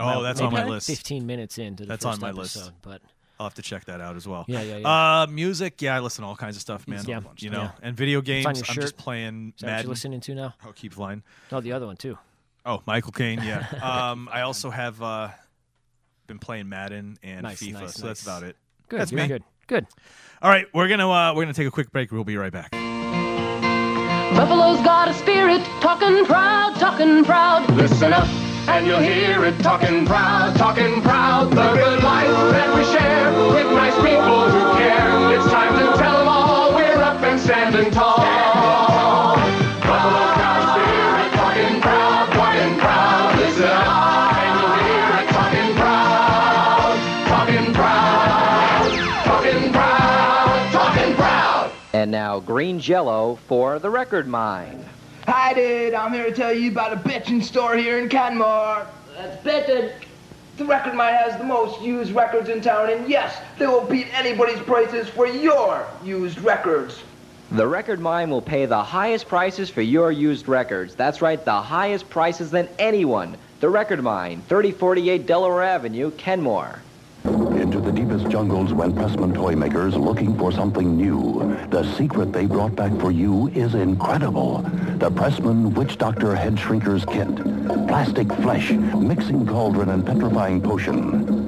A: Oh, that's on my
D: Maybe
A: list.
D: Fifteen minutes into the
A: That's on
D: first
A: my list.
D: episode, but
A: I'll have to check that out as well.
D: Yeah, yeah,
A: Uh, music, yeah, I listen to all kinds of stuff, man.
D: Yeah.
A: You know,
D: Yeah.
A: and video games. I'm
D: your
A: just
D: shirt.
A: playing
D: is that what
A: Madden.
D: you're listening to now?
A: I'll keep flying.
D: No, the other one too.
A: Oh, Michael Caine, yeah. um, I also have uh, been playing Madden and
D: Nice,
A: FIFA,
D: nice,
A: so that's
D: nice.
A: about it.
D: Good,
A: That's
D: you're
A: me.
D: good. Good.
A: All right, we're gonna uh, we're gonna take a quick break. We'll be right back.
E: Buffalo's got a spirit, talking proud, talking proud.
F: Listen up, and you'll hear it talking proud, talking proud. The good life that we share with nice people who care. It's time to tell 'em all we're up and standing tall. Buffalo Cow spirit, talking proud, talking proud. Listen up, and you'll hear it talking proud, talking proud, talking proud, talking proud.
G: And now green jello for the record mine.
H: Hi, dude. I'm here to tell you about a bitchin' store here in Canmore. That's bitchin'. The record mine has the most used records in town, and yes, they will beat anybody's prices for your used records.
G: The record mine will pay the highest prices for your used records. That's right, the highest prices than anyone. The record mine, 3048 Delaware Avenue, Kenmore.
I: Into the deepest jungles went Pressman toy makers looking for something new. The secret they brought back for you is incredible. The Pressman Witch Doctor Head Shrinker's Kit. Plastic flesh, mixing cauldron, and petrifying potion.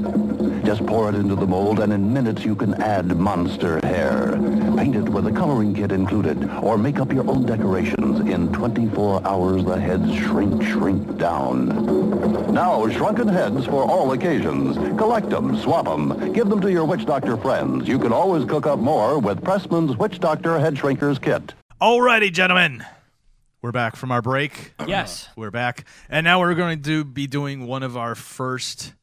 I: Just pour it into the mold, and in minutes you can add monster hair. Paint it with a coloring kit included, or make up your own decorations. In 24 hours, the heads shrink, shrink down. Now, shrunken heads for all occasions. Collect them, swap them, give them to your witch doctor friends. You can always cook up more with Pressman's Witch Doctor Head Shrinker's Kit.
A: Alrighty, gentlemen, we're back from our break.
D: Yes.
A: We're back, and now we're going to do, be doing one of our first,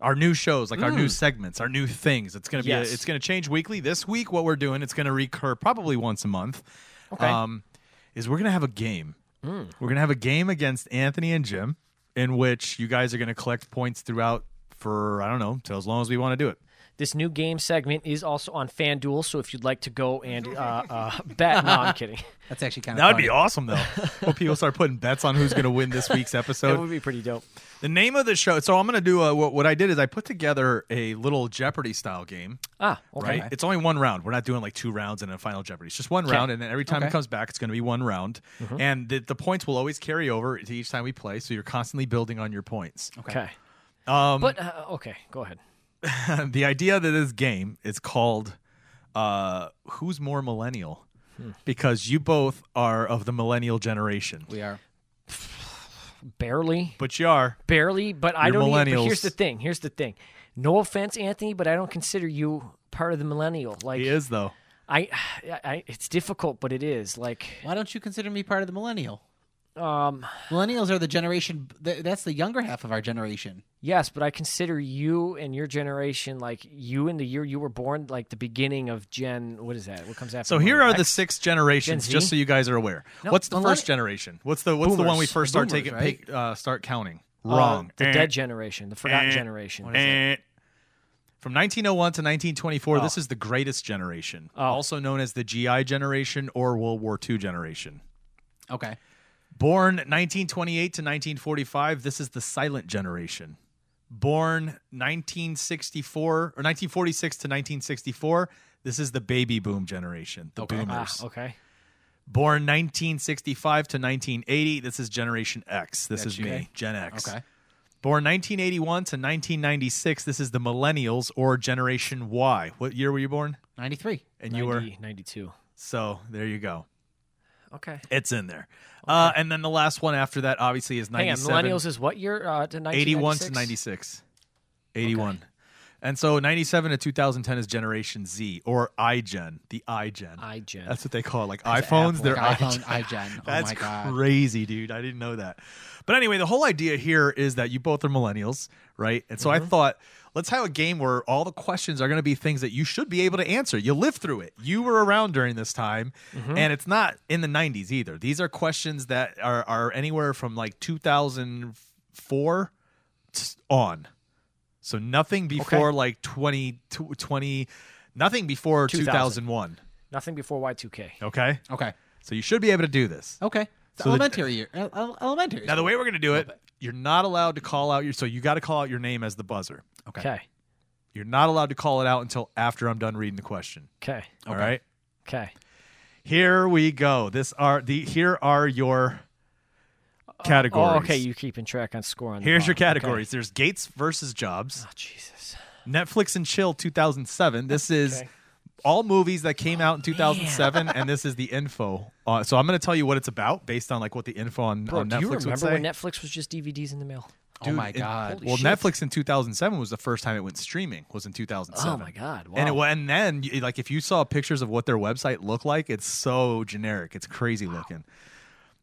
A: our new shows, like our new segments, our new things. It's gonna be, a-
D: Yes.
A: it's gonna change weekly. This week, what we're doing, it's gonna recur probably once a month.
D: Okay.
A: Um, is we're gonna have a game. We're gonna have a game against Anthony and Jim, in which you guys are gonna collect points throughout for I don't know, till as long as we want to do it.
D: This new game segment is also on FanDuel, so if you'd like to go and uh, uh, bet, no, I'm kidding.
B: that's actually kind of
A: That would be awesome, though. Hope people start putting bets on who's going to win this week's
D: That
A: episode.
D: would be pretty dope.
A: The name of the show. So I'm going to do a, what, what I did is I put together a little Jeopardy style game.
D: Ah, okay.
A: Right? It's only one round. We're not doing like two rounds and then final Jeopardy. It's just one round, and then every time it
B: Okay.
A: comes back, it's going to be one round, and the, the points will always carry over to each time we play. So you're constantly building on your points.
D: Okay. Um, but uh, okay, go ahead.
A: the idea that this game is called uh, "Who's More Millennial," because you both are of the millennial generation,
B: We are.
D: Barely,
A: but you are.
D: barely. But I
A: You're
D: don't. Even, but
A: millennials.
D: here's the thing. Here's the thing. No offense, Anthony, but I don't consider you part of the millennial. Like
A: He is though.
D: I, I, I, it's difficult, but it is like
B: Why don't you consider me part of the millennial?
D: Um,
B: Millennials are the generation. th- That's the younger half of our generation.
D: Yes, but I consider you and your generation, like you in the year you were born, like the beginning of Gen. What is that? What comes after?
A: So here are the
D: X?
A: six generations,
D: Gen Z?
A: just so you guys are aware.
D: No,
A: what's the
D: millenni-
A: first generation? What's the what's the one we
D: Boomers.
A: first
D: The
A: start
D: boomers,
A: taking
D: right?
A: pick, uh, start counting?
D: Uh,
A: Wrong.
D: the
A: Eh.
D: dead generation, the forgotten generation. What is
A: Eh. From 1901 to 1924,
D: Oh.
A: this is the greatest generation, also known as the GI generation or World War II generation.
B: Okay.
A: Born 1928 to 1945, this is the silent generation. Born 1964 or 1946 to 1964, this is the baby boom generation, the
D: Okay. Ah,
A: boomers.
D: okay.
A: Born 1965 to 1980, this is generation X. This
B: That's
A: is
B: you.
A: me, Gen X.
B: Okay.
A: Born 1981 to 1996, this is the millennials or generation Y. What year were you born?
B: 93.
A: And you were
D: 92.
A: So, there you go.
D: Okay.
A: It's in there. Uh, and then the last one after that, obviously, is
D: Hang on,
A: 97.
D: millennials is what year? Uh, to
A: 81 to 96.
D: 1996?
A: 81. And so 97 to 2010 is Generation Z or iGen, the iGen.
D: iGen.
A: That's what they call it. Like
B: That's
A: iPhones,
B: Apple,
A: they're
B: like
A: iGen.
B: iPhone, iGen. Oh
A: That's
B: my God.
A: crazy, dude. I didn't know that. But anyway, the whole idea here is that you both are millennials, right? And so
B: Mm-hmm.
A: I thought, let's have a game where all the questions are going to be things that you should be able to answer. You lived through it. You were around during this time,
B: Mm-hmm.
A: and it's not in the 90s either. These are questions that are are anywhere from like 2004 t- on. So nothing before like 20 tw- 20 nothing before
D: 2000.
A: 2001,
D: Nothing before Y2K.
A: okay?
B: Okay.
A: So you should be able to do this.
B: Okay.
A: So
B: So
A: the-
B: elementary year. el- el- Elementary.
A: Now the way we're gonna do it, you're not allowed to call out your so you got to call out your name as the buzzer.
D: Okay.
A: You're not allowed to call it out until after I'm done reading the question.
D: Okay.
A: All right.
D: Okay.
A: Here we go. This are the here are your categories.
D: Oh, okay. You keeping track on score on the
A: Here's your
D: bottom. Okay.
A: categories. There's Gates versus Jobs,
D: Oh, Jesus.
A: Netflix and Chill 2007. This is all movies that came
D: Oh,
A: out in 2007, and this is the info. Uh, so I'm going to tell you what it's about based on like what the info on,
D: Bro,
A: on
D: do
A: Oh, Netflix
D: you
A: would
D: remember
A: say.
D: when Netflix was just DVDs in the mail?
B: oh my
A: Dude, in-
B: God.
A: well,
D: shit.
A: Netflix in 2007 was the first time it went streaming. Was in 2007.
D: Oh my God. Wow.
A: And it, wa- and then you- like if you saw pictures of what their website looked like, it's so generic. It's crazy looking.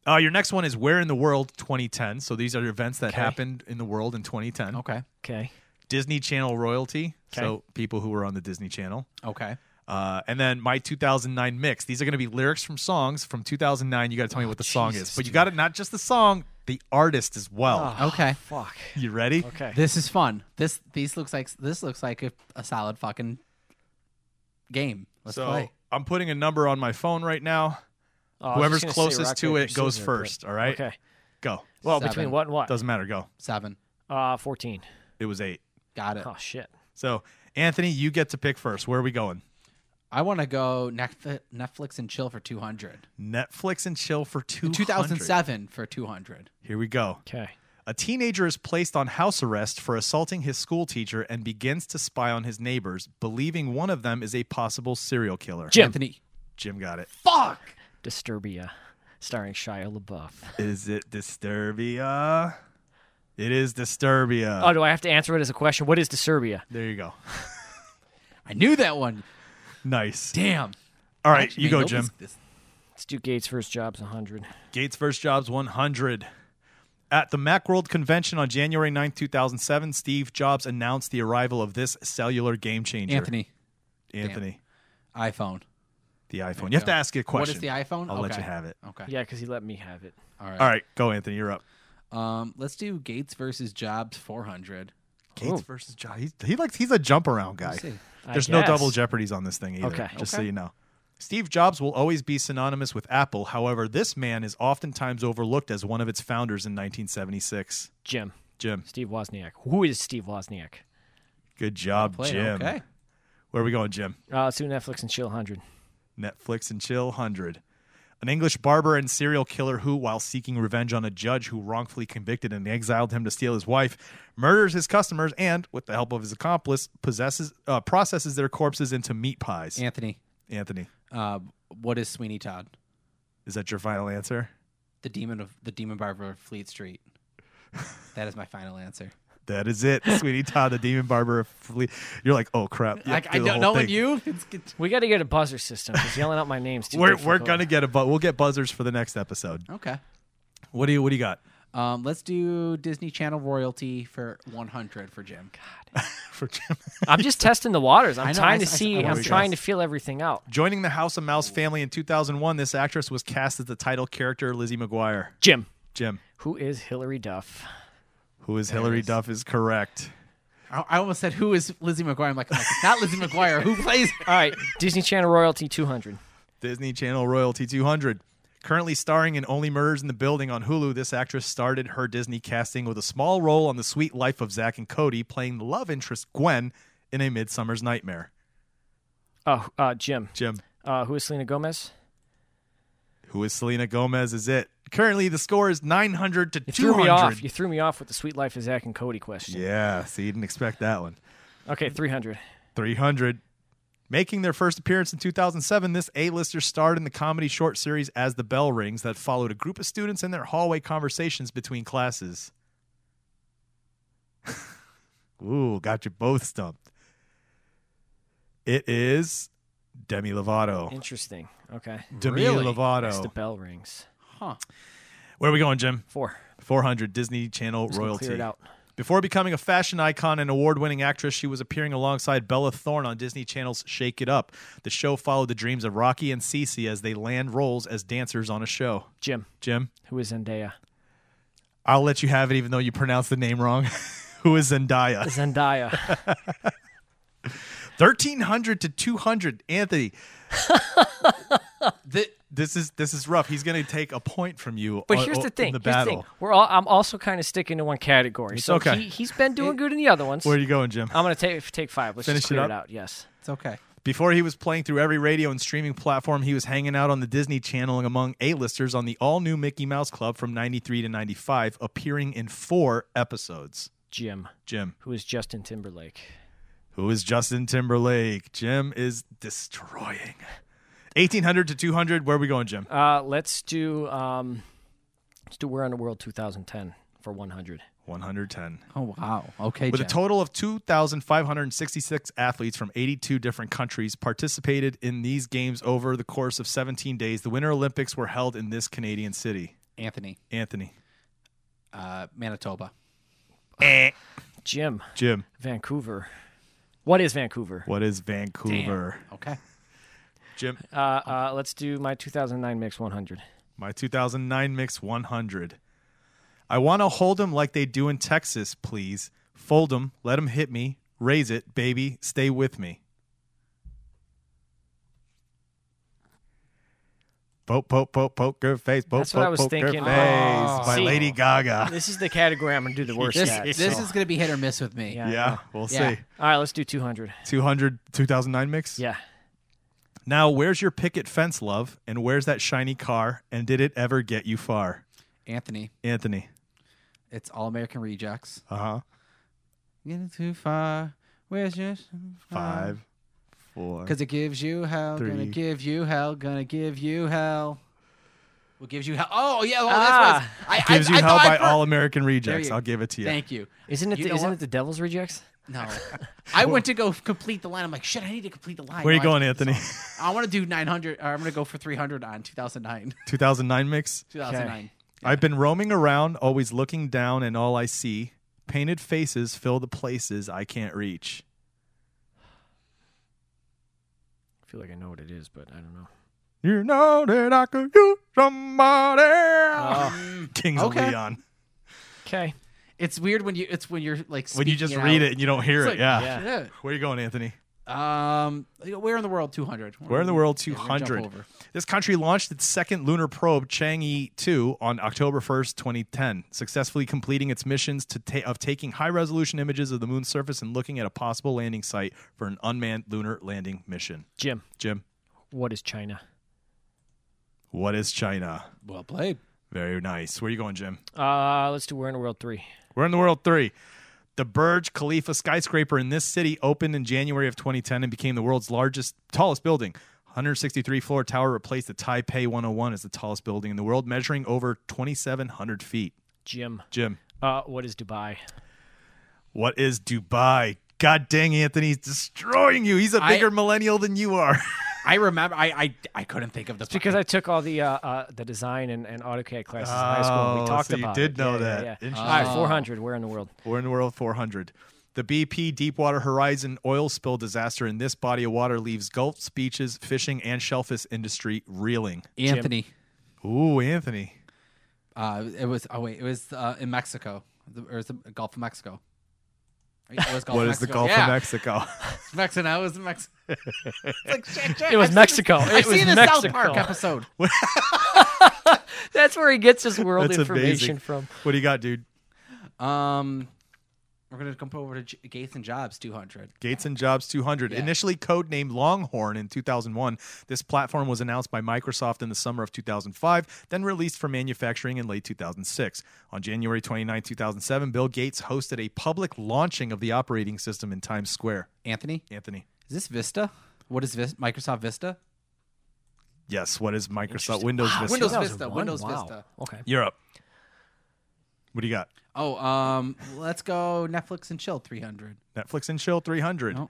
A: Uh, your next one is Where in the World 2010. So these are events that
D: Okay.
A: happened in the world in 2010.
B: okay.
D: okay.
A: Disney Channel royalty.
D: Okay.
A: So people who were on the Disney Channel.
B: Okay.
A: Uh, and then my 2009 mix. These are going to be lyrics from songs from 2009. You got to tell me what the song
D: Oh, Jesus,
A: is, but you got to not just the song, the artist as well.
B: Okay.
D: Fuck.
A: You ready?
D: Oh, Okay.
B: This is fun. This these looks like this looks like a, a solid fucking game. Let's
A: so
B: play.
A: I'm putting a number on my phone right now.
D: Oh, I was
A: Whoever's
D: just gonna say
A: closest
D: rock,
A: to
D: paper,
A: it goes
D: scissors, but-
A: first, all right?
D: Okay.
A: Go.
D: Well,
B: Seven.
D: between what and what?
A: Doesn't matter. Go.
B: Seven.
D: Uh, 14.
A: It was eight.
B: Got it.
D: Oh, shit.
A: So Anthony, you get to pick first. Where are we going?
B: I want to go Netf- Netflix and chill for two hundred.
A: Netflix and chill for two.
B: Two thousand seven for two hundred.
A: Here we go.
D: Okay.
A: A teenager is placed on house arrest for assaulting his school teacher and begins to spy on his neighbors, believing one of them is a possible serial killer.
D: Jim.
B: Anthony.
A: Jim got it.
B: Fuck.
D: Disturbia, starring Shia LaBeouf.
A: Is it Disturbia? It is Disturbia.
B: Uh,
D: oh, do I have to answer it as a question? What is Disturbia?
A: there you go.
B: I knew that one.
A: Nice.
B: Damn.
A: All right, you
B: Man,
A: go,
B: nobody's-
A: Jim.
B: this-
D: Let's do Gates first jobs 100.
A: Gates vs. Jobs 100. At the Macworld convention on January 9th, 2007, Steve Jobs announced the arrival of this cellular game changer.
B: Anthony.
A: Anthony.
B: iPhone.
A: The iPhone. You have to ask a question.
B: What is the iPhone?
A: I'll let
B: Okay.
A: you have it.
B: Okay.
D: Yeah, because he let me have it.
B: All right.
A: All right, go, Anthony. You're up.
B: Um, let's do Gates versus Jobs 400.
A: Gates versus Jobs. He's, he likes, he's a jump around guy.
B: Let's see.
D: I
A: There's no
D: guess.
A: double jeopardies on this thing either.
D: Okay.
A: Just so
B: Okay.
A: you know. Steve Jobs will always be synonymous with Apple. However, this man is oftentimes overlooked as one of its founders in 1976.
D: Jim.
A: Jim,
D: Steve Wozniak. Who is Steve Wozniak?
A: good job,
B: Play.
A: Jim.
B: Okay.
A: Where are we going, Jim?
D: Uh, let's do Netflix and Chill 100.
A: Netflix and Chill 100. An English barber and serial killer who, while seeking revenge on a judge who wrongfully convicted and exiled him to steal his wife, murders his customers and, with the help of his accomplice, possesses uh, processes their corpses into meat pies.
B: Anthony,
A: Anthony,
B: uh, what is Sweeney Todd?
A: is that your final answer?
B: The demon of the demon barber of Fleet Street. That is my final answer.
A: That is it, Sweetie Todd, the demon barber. Of Fle- You're like, oh crap! You have
B: Like
A: to
B: I
A: do the
B: don't
A: whole
B: know
A: thing.
B: you. It's good.
D: We got to get a buzzer system because yelling out my name's too
A: We're
D: difficult.
A: we're gonna get a bu- we'll get buzzers for the next episode.
B: Okay.
A: What do you What do you got
B: Um, let's do Disney Channel royalty for 100 for Jim.
A: for Jim?
D: I'm just testing the waters. I'm
B: I know, I-
D: trying to
B: I- I
D: see.
A: wanna
D: I'm
A: see
D: trying to
A: this.
D: feel everything out.
A: Joining the House of Mouse family in 2001, this actress was cast as the title character Lizzie McGuire.
D: Jim,
A: Jim,
D: who is Hillary Duff?
A: who is Hillary Duff, is correct.
B: I, I almost said who is Lizzie McGuire. I'm like, oh, it's not Lizzie McGuire. Who plays? her?
D: All right, Disney Channel royalty 200.
A: Disney Channel royalty 200. Currently starring in Only Murders in the Building on Hulu, this actress started her Disney casting with a small role on The Sweet Life of Zack and Cody, playing the love interest Gwen in A Midsummer's Nightmare.
D: Oh, uh, Jim.
A: Jim,
D: Uh, who is Selena Gomez?
A: who is Selena Gomez? Is it currently the score is 900 to
D: You threw
A: 200?
D: me off. You threw me off with the Sweet Life of Zach and Cody question.
A: yeah, see, you didn't expect that one.
D: Okay, 300.
A: 300. Making their first appearance in 2007, this A-lister starred in the comedy short series As the Bell Rings that followed a group of students in their hallway conversations between classes. Ooh, got you both stumped. It is Demi Lovato.
D: Interesting. Okay.
A: Demi
D: As the
A: Lovato.
D: bell rings.
A: Where are we going, Jim?
D: Four.
A: 400 Disney Channel
D: Just gonna
A: royalty.
D: Clear it out.
A: Before becoming a fashion icon and award winning actress, she was appearing alongside Bella Thorne on Disney Channel's Shake It Up. The show followed the dreams of Rocky and Cece as they land roles as dancers on a show.
D: Jim,
A: Jim,
D: who is Zendaya?
A: I'll let you have it even though you pronounced the name wrong. Who is Zendaya?
D: Zendaya.
A: 1300 to 200. Anthony,
B: The,
A: this is this is rough. He's going to take a point from you.
D: But
A: o-
D: here's
A: o-
D: the
A: In
D: thing.
A: the
D: here's the
A: battle.
D: thing. We're all. I'm also kind of sticking to one category. So
A: okay.
D: he, he's been doing good in the other ones.
A: Where are you going, Jim?
D: I'm gonna take take five. Let's
A: Finish it
D: just clear
A: up?
D: it out. Yes.
B: it's okay.
A: Before he was playing through every radio and streaming platform, he was hanging out on the Disney Channel and among A-listers on the all-new Mickey Mouse Club from 93 to 95, appearing in four episodes.
D: Jim,
A: Jim,
D: who is Justin Timberlake?
A: who is Justin Timberlake. Jim is destroying. 1800 to 200, where are we going, Jim?
D: Uh, let's do um, let's do We're on the World 2010 for 100.
A: 110.
B: Oh wow. Okay.
A: With a
B: Jim.
A: total of 2,566 athletes from 82 different countries participated in these games over the course of 17 days, the Winter Olympics were held in this Canadian city.
B: Anthony,
A: Anthony.
B: uh, Manitoba.
D: Jim,
A: Jim.
D: Vancouver. What is Vancouver?
A: What is Vancouver?
B: Okay.
A: Jim,
D: Uh, uh, let's do my 2009 mix 100.
A: my 2009 mix 100. I want to hold 'em like they do in Texas, please. Fold 'em, let 'em hit me. Raise it, baby, stay with me. Poke, poke, poke, poker face. Poke,
D: That's
A: poke,
D: what I was
A: poker
D: thinking.
A: face
D: Oh.
A: by
D: See.
A: Lady Gaga.
D: This is the category I'm gonna do the worst
B: This
D: at.
B: this
D: so-
B: is gonna be hit or miss with me.
D: Yeah.
A: Yeah, we'll
B: Yeah.
A: see.
D: All right, let's do 200.
A: 200, 2009 mix?
D: Yeah.
A: Now, where's your picket fence, love? And where's that shiny car? And did it ever get you far?
B: Anthony,
A: Anthony.
B: it's All American Rejects.
A: Uh huh.
B: Getting too far. Where's your
A: Five, four.
B: Because it gives you hell. going Gonna
A: Three.
B: give you hell. Gonna give you hell. What gives you hell? Oh yeah. Oh, that's what
D: Ah.
B: it's- I,
A: gives
B: I,
A: you
B: I
A: hell
B: thought I
A: by
B: per-
A: All American Rejects.
B: you-
A: I'll give it to you.
B: Thank you.
D: Isn't it?
B: You
D: the,
B: know
D: isn't
B: what?
D: it the Devil's Rejects?
B: No, I went to go complete the line. I'm like, shit, I need to complete the line.
A: Where are
B: No,
A: you
B: I-
A: going, Anthony?
B: I want to do 900. Or I'm gonna go for 300 on 2009.
A: 2009 mix.
B: 2009.
A: I've been roaming around, always looking down, and all I see painted faces fill the places I can't reach.
D: I feel like I know what it is, but I don't know.
A: You know that I could use somebody. Kings
B: Oh. okay.
A: of Leon.
D: Okay.
B: It's weird when you it's when you're like
A: When you
B: speaking
A: just read
B: out.
A: it and you don't hear
B: It's
A: it,
B: like,
A: yeah.
D: yeah.
B: Shit.
A: Where are you going, Anthony?
B: Um, where in the world 200?
A: Where in the world
B: Yeah, we're gonna jump
A: 200?
B: over.
A: This country launched its second lunar probe, Chang'e 2, on October 1st, 2010, successfully completing its missions to ta- of taking high resolution images of the moon's surface and looking at a possible landing site for an unmanned lunar landing mission.
D: Jim,
A: Jim,
D: what is China?
A: what is China?
B: Well played.
A: Very nice. Where are you going, Jim?
D: Uh, let's do We're in the World 3.
A: We're in the world three. The Burj Khalifa skyscraper in this city opened in January of 2010 and became the world's largest, tallest building. 163 floor tower replaced the Taipei 101 as the tallest building in the world, measuring over 2,700 feet.
D: Jim,
A: Jim,
D: uh, what is Dubai?
A: what is Dubai? God dang, Anthony's destroying you. He's a
B: I-
A: bigger millennial than you are.
B: I remember. I, I I couldn't think of the.
D: It's because I took all the uh, uh, the design and, and AutoCAD classes in high school. and
A: Oh,
D: We talked
A: so you
D: about.
A: did
D: it.
A: know
D: Yeah, yeah,
A: that.
D: yeah.
A: Interesting.
D: All right, 400. Where in the world?
A: We're in the world 400. The BP Deepwater Horizon oil spill disaster in this body of water leaves gulfs, beaches, fishing, and shellfish industry reeling. Jim?
B: Anthony.
A: Ooh, Anthony.
B: Uh, it was. Oh wait, it was uh, in Mexico. The, or it was the Gulf of Mexico. It was Gulf
A: what
B: of
A: is the
B: Mexico.
A: Gulf
B: Yeah.
A: of Mexico?
B: Mexico. It was Mexico. It's like, shit, shit,
D: It was
B: I've seen
D: Mexico.
B: This,
D: It
B: I've
D: was
B: seen the South
D: Mexico.
B: Park episode.
D: That's where he gets his world
A: That's
D: information
A: amazing.
D: from.
A: What do you got, dude?
B: Um, we're gonna jump over to J- Gates and Jobs 200.
A: Gates and Jobs 200.
B: Yeah.
A: Initially codenamed Longhorn in 2001, this platform was announced by Microsoft in the summer of 2005, then released for manufacturing in late 2006. On January 29, 2007, Bill Gates hosted a public launching of the operating system in Times Square.
B: Anthony,
A: Anthony.
B: is this Vista? What is Vis- Microsoft Vista?
A: Yes, what is Microsoft Windows Vista?
B: Ah, Windows Vista.
D: 2001?
B: Windows
D: Wow.
B: Vista.
D: Okay.
A: You're up. What do you got?
B: Oh, um, let's go Netflix and chill 300.
A: Netflix and Chill 300.
B: No.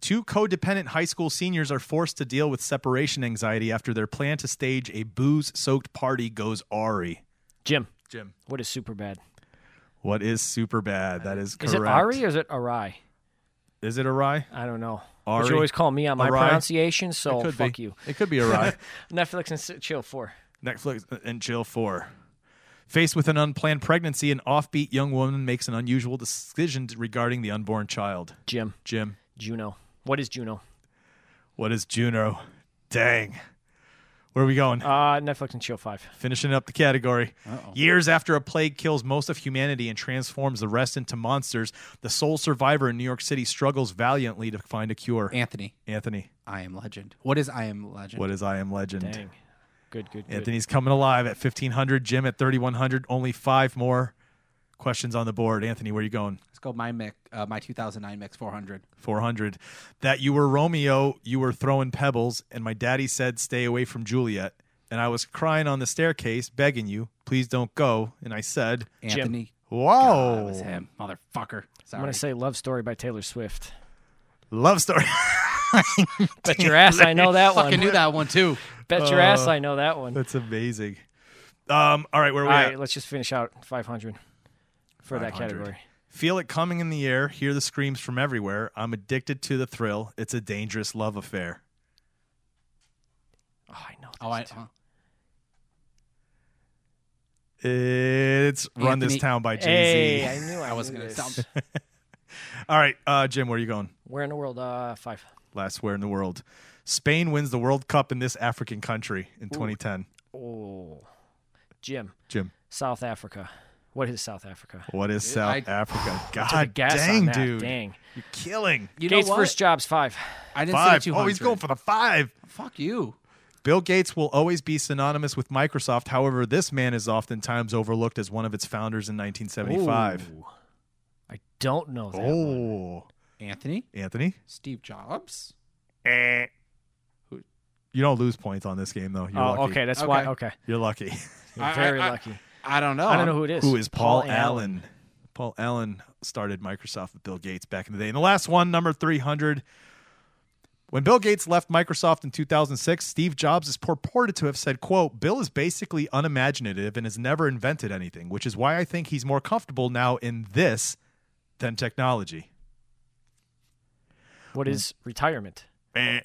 A: Two codependent high school seniors are forced to deal with separation anxiety after their plan to stage a booze soaked party goes awry.
D: Jim,
A: Jim.
D: what is super bad?
A: What is super bad? That is
D: Is
A: correct.
D: it Ari or is it Arai?
A: Is it awry?
D: I don't know.
A: Ari?
D: But you always call me on my
A: Arai?
D: pronunciation, so
A: it could
D: fuck
A: be.
D: you.
A: It could be awry.
D: Netflix and sit- chill four.
A: Netflix and Chill 4. Faced with an unplanned pregnancy, an offbeat young woman makes an unusual decision regarding the unborn child.
D: Jim,
A: Jim,
D: Juno. What is Juno?
A: what is Juno? Dang. Where are we going?
D: Uh, Netflix and chill five.
A: Finishing up the category. Years after a plague kills most of humanity and transforms the rest into monsters, the sole survivor in New York City struggles valiantly to find a cure.
B: Anthony,
A: Anthony,
B: I am legend. What is I am legend?
A: what is I Am Legend?
D: Dang. Good, good, good.
A: Anthony's coming alive at 1500, Jim at 3100, only five more questions on the board. Anthony, where you going?
B: Let's go my mix, uh, my 2009 mix 400.
A: 400. That you were Romeo, you were throwing pebbles, and my daddy said, Stay away from Juliet. And I was crying on the staircase, begging you, please don't go. And I said,
B: Anthony, Ah,
A: Whoa.
B: that was him, motherfucker.
D: Oh. I'm
B: Sorry.
D: gonna say Love Story by Taylor Swift.
A: Love story.
D: Bet your ass I know that
B: fucking
D: one.
B: knew that one too.
D: Bet your ass I know that one.
A: Oh. That's amazing. Um, all right, where are
D: All
A: we at?
D: right, let's just finish out 500 for
A: 500.
D: that category.
A: Feel it coming in the air, hear the screams from everywhere. I'm addicted to the thrill. It's a dangerous love affair.
D: Oh, I know.
B: Oh, I,
D: this
B: uh,
D: too.
A: It's Run This
B: Anthony-
A: Town by Jay Z.
D: hey, I knew I,
B: I was
D: knew
B: gonna
D: this.
B: sound.
A: All right, uh, Jim, where are you going?
D: Where in the world? Uh, five.
A: Last where in the world. Spain wins the World Cup in this African country in 2010.
D: Oh, Jim,
A: Jim,
D: South Africa. What is South Africa?
A: what is South
B: I-
A: Africa?
D: Took a
A: God
D: guess on
A: Ah, dang,
D: that.
A: dude.
D: Dang.
A: You're killing.
B: You know
D: Gates
B: what?
D: first jobs five.
B: I didn't
A: Five.
B: say 200.
A: Oh, he's going for the five.
B: Fuck you.
A: Bill Gates will always be synonymous with Microsoft. However, this man is oftentimes overlooked as one of its founders in 1975.
D: Ooh. I don't know that. one.
A: Oh,
B: Anthony,
A: Anthony,
B: Steve Jobs.
D: Eh.
A: you don't lose points on this game though. You're
D: Oh,
A: lucky.
D: okay. That's why.
B: Okay.
D: Okay.
A: You're lucky.
D: You're
B: I-
D: very
B: I- Oh, I-
D: lucky.
B: I don't know.
D: I don't know who it is.
A: Who is Paul, Allen? Paul Allen started Microsoft with Bill Gates back in the day. And the last one, number 300. When Bill Gates left Microsoft in 2006, Steve Jobs is purported to have said, quote, Bill is basically unimaginative and has never invented anything, which is why I think he's more comfortable now in this than technology.
D: What is retirement?
A: Eh.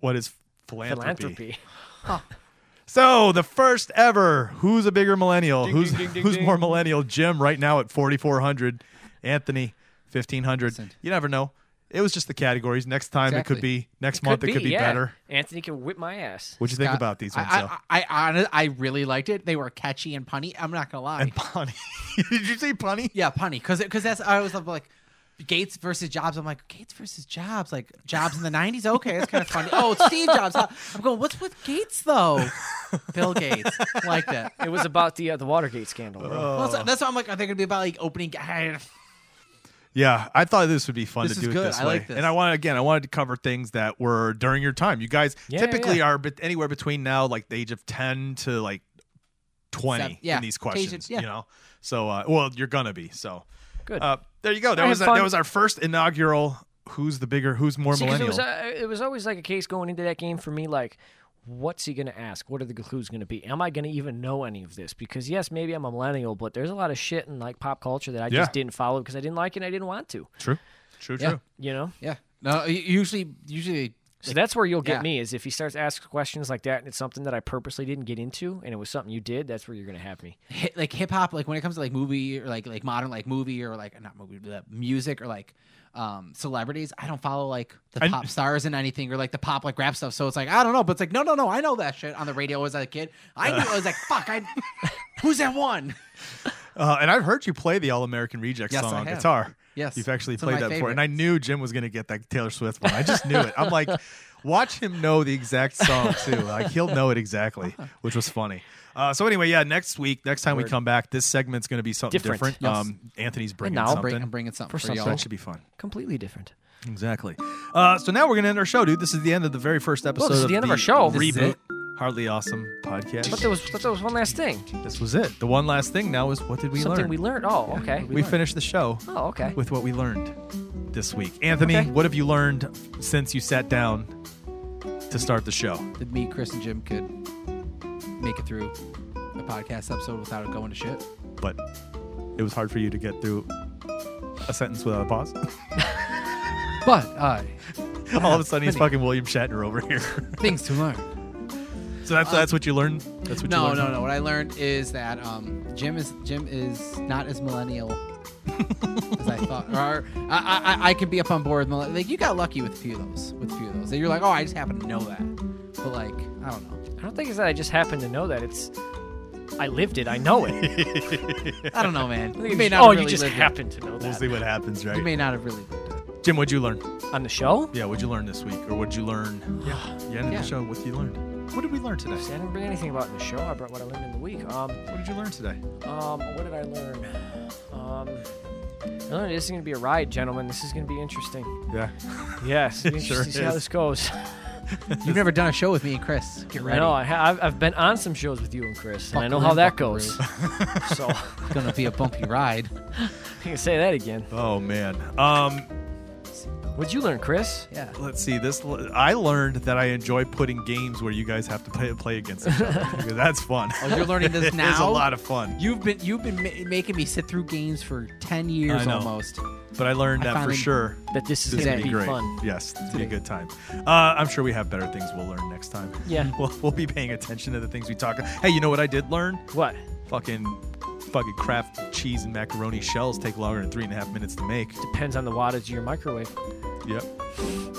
A: what is philanthropy?
D: Philanthropy.
A: So the first ever, who's a bigger millennial? who's
D: ding, ding,
A: who's
D: ding.
A: more millennial? Jim right now at 4,400. Anthony, 1,500. You never know. It was just the categories. Next time it could
B: Exactly.
A: be. Next month it could be
D: yeah.
A: better.
D: Anthony can whip my ass.
A: What'd you think about these
B: I,
A: ones? though?
B: I, I, I, honest- I really liked it. They were catchy and punny. I'm not gonna lie.
A: and punny. Did you say punny?
B: yeah, punny. Because because that's I was like. Gates versus Jobs. I'm like Gates versus Jobs. Like Jobs in the '90s. Okay, that's kind of funny. Oh, it's Steve Jobs. huh? I'm going. What's with Gates though? Bill Gates. Like that.
D: It was about the uh, the Watergate scandal. Bro.
A: Oh,
B: Well, so- that's why I'm like. Are they gonna be about like opening?
A: Yeah, I thought this would be fun
B: This
A: to
B: is
A: do
B: good.
A: it this
B: I
A: way.
B: like this.
A: And I wanted again, I wanted to cover things that were during your time. You guys
D: Yeah,
A: typically
D: yeah.
A: are bet- anywhere between now like the age of 10 to like 20
B: Seven- yeah,
A: in these
B: to age of-
A: questions,
B: yeah.
A: you know. So uh well, you're going to be. So
D: Good.
A: Uh, there you go. That
D: I
A: was
D: had
A: that
D: fun.
A: was our first inaugural who's the bigger, who's more
D: See, 'cause
A: millennial?
D: It was, uh, it was always like a case going into that game for me, like, what's he going to ask? What are the clues going to be? Am I going to even know any of this? Because yes, maybe I'm a millennial, but there's a lot of shit in like pop culture that I
A: Yeah.
D: just didn't follow because I didn't like it. and I didn't want to.
A: true, true,
B: Yeah.
A: true.
D: You know.
B: Yeah. No, u- usually, usually.
D: So that's where you'll get
B: yeah.
D: me is if he starts asking questions like that, and it's something that I purposely didn't get into, and it was something you did. That's where you're going to have me.
B: hip, like hip hop, like when it comes to like movie or like like modern like movie or like not movie, the music or like um celebrities, I don't follow like the
A: I-
B: pop stars and anything or like the pop like rap stuff. So it's like I don't know, but it's like no no no, I know that shit on the radio as a kid. I knew I was like fuck, I who's that one?
A: Uh, and I've heard you play the All American Rejects
B: Yes,
A: song
B: I
A: on
B: have.
A: guitar.
B: Yes.
A: You've actually
B: It's one
A: played
B: of
A: that
B: my
A: before. And I knew Jim was going to get that Taylor Swift one. I just knew it. I'm like, watch him know the exact song, too. Like, he'll know it exactly, which was funny. Uh, so, anyway, yeah, next week, next time we come back, this segment's going to be something different.
D: Different.
A: Um, Anthony's bringing
D: now I'll
A: something.
B: Bring, I'm bringing something for,
D: For
A: so
B: y'all.
A: that should be fun.
D: Completely different.
A: Exactly. Uh, so now we're going to end our show, dude. This is the end of the very first episode.
D: is the end of our show. This is
A: Reboot.
D: it.
A: Hardly awesome podcast.
D: But there was but there was one last thing.
A: this was it. The one last thing now is what did we
D: something
A: learn?
D: we learned. Oh, okay.
A: we finished the show
D: Oh, okay.
A: with what we learned this week. Anthony,
D: Okay.
A: what have you learned since you sat down to start the show?
B: That me, Chris, and Jim could make it through a podcast episode without it going to shit.
A: But it was hard for you to get through a sentence without a pause.
B: But uh,
A: All of a sudden, he's fucking William Shatner over here.
B: things to learn.
A: so that's that's what you learned. That's what you
B: Uh, No,
A: learned.
B: no, no. What I learned is that um, Jim is Jim is not as millennial as I thought. Or I, I, I could be up on board. with millenn- Like you got lucky with a few of those. With a few of those, and you're like, oh, I just happen to know that. But like, I don't know.
D: I don't think it's that I just happened to know that. It's I lived it. I know it.
B: I don't know, man. you
D: You
B: may
D: just-
B: not.
D: oh,
B: have really
D: you just
B: lived it.
D: happened to know
A: We'll
D: that
A: see what happens,
B: You
A: right?
B: may not have really lived it.
A: Jim, what'd you learn?
D: on the show.
A: Yeah, what'd you learn this week, or what'd you learn? Yeah, you ended
B: Yeah.
A: the show. What you learned? What did we learn today?
D: See, I didn't bring anything about in the show. I brought what I learned in the week. Um,
A: What did you learn today?
D: um, what did I learn? Um, I learned this is going to be a ride, gentlemen. This is going to be interesting.
A: Yeah,
D: Yes, it'll be
A: Sure
D: interesting to see how
A: is.
D: this goes.
B: You've never done a show with me and Chris. Get
D: I
B: ready.
D: know. I ha- I've, I've been on some shows with you and Chris, and I know
B: Buckaroo,
D: how that
B: buckaroo.
D: goes. so I
B: It's gonna be a bumpy ride.
D: can say that again.
A: Oh man. Um,
D: What'd you learn, Chris?
B: Yeah.
A: let's see. This I learned that I enjoy putting games where you guys have to play play against each other. because that's fun.
B: Oh, you're learning this now.
A: It's a lot of fun.
B: You've been you've been ma- making me sit through games for ten
A: I
B: years
A: know.
B: almost.
A: But I learned
B: I
A: that for
B: finally-
A: sure.
D: That this is
A: This
D: going
A: would be
D: to be
A: great.
D: fun.
A: Yes, it's gonna be a good time. Uh, I'm sure we have better things we'll learn next time.
D: Yeah.
A: We'll, we'll be paying attention to the things we talk about. Hey, you know what I did learn?
D: What?
A: Fucking fucking Kraft cheese and macaroni shells take longer than three and a half minutes to make.
D: Depends on the wattage of your microwave.
A: Yep.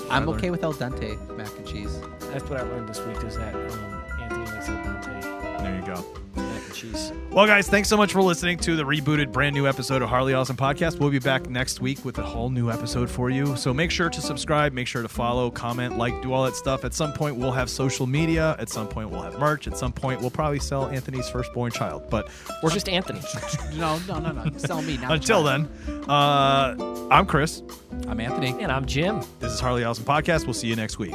B: I'm
A: learned-
B: okay with al dente mac and cheese.
D: That's what I learned this week. Is that um, Anthony likes al dente
A: There you go.
D: mac and cheese.
A: Well, guys, thanks so much for listening to the rebooted, brand new episode of Harley Awesome Podcast. We'll be back next week with a whole new episode for you. So make sure to subscribe, make sure to follow, comment, like, do all that stuff. At some point, we'll have social media. At some point, we'll have merch. At some point, we'll probably sell Anthony's firstborn child. But
D: Or just Anthony.
B: No, no, no, no. Sell me now.
A: until then, uh, I'm Chris.
B: I'm Anthony.
D: and I'm Jim.
A: This is Harley Awesome Podcast. We'll see you next week.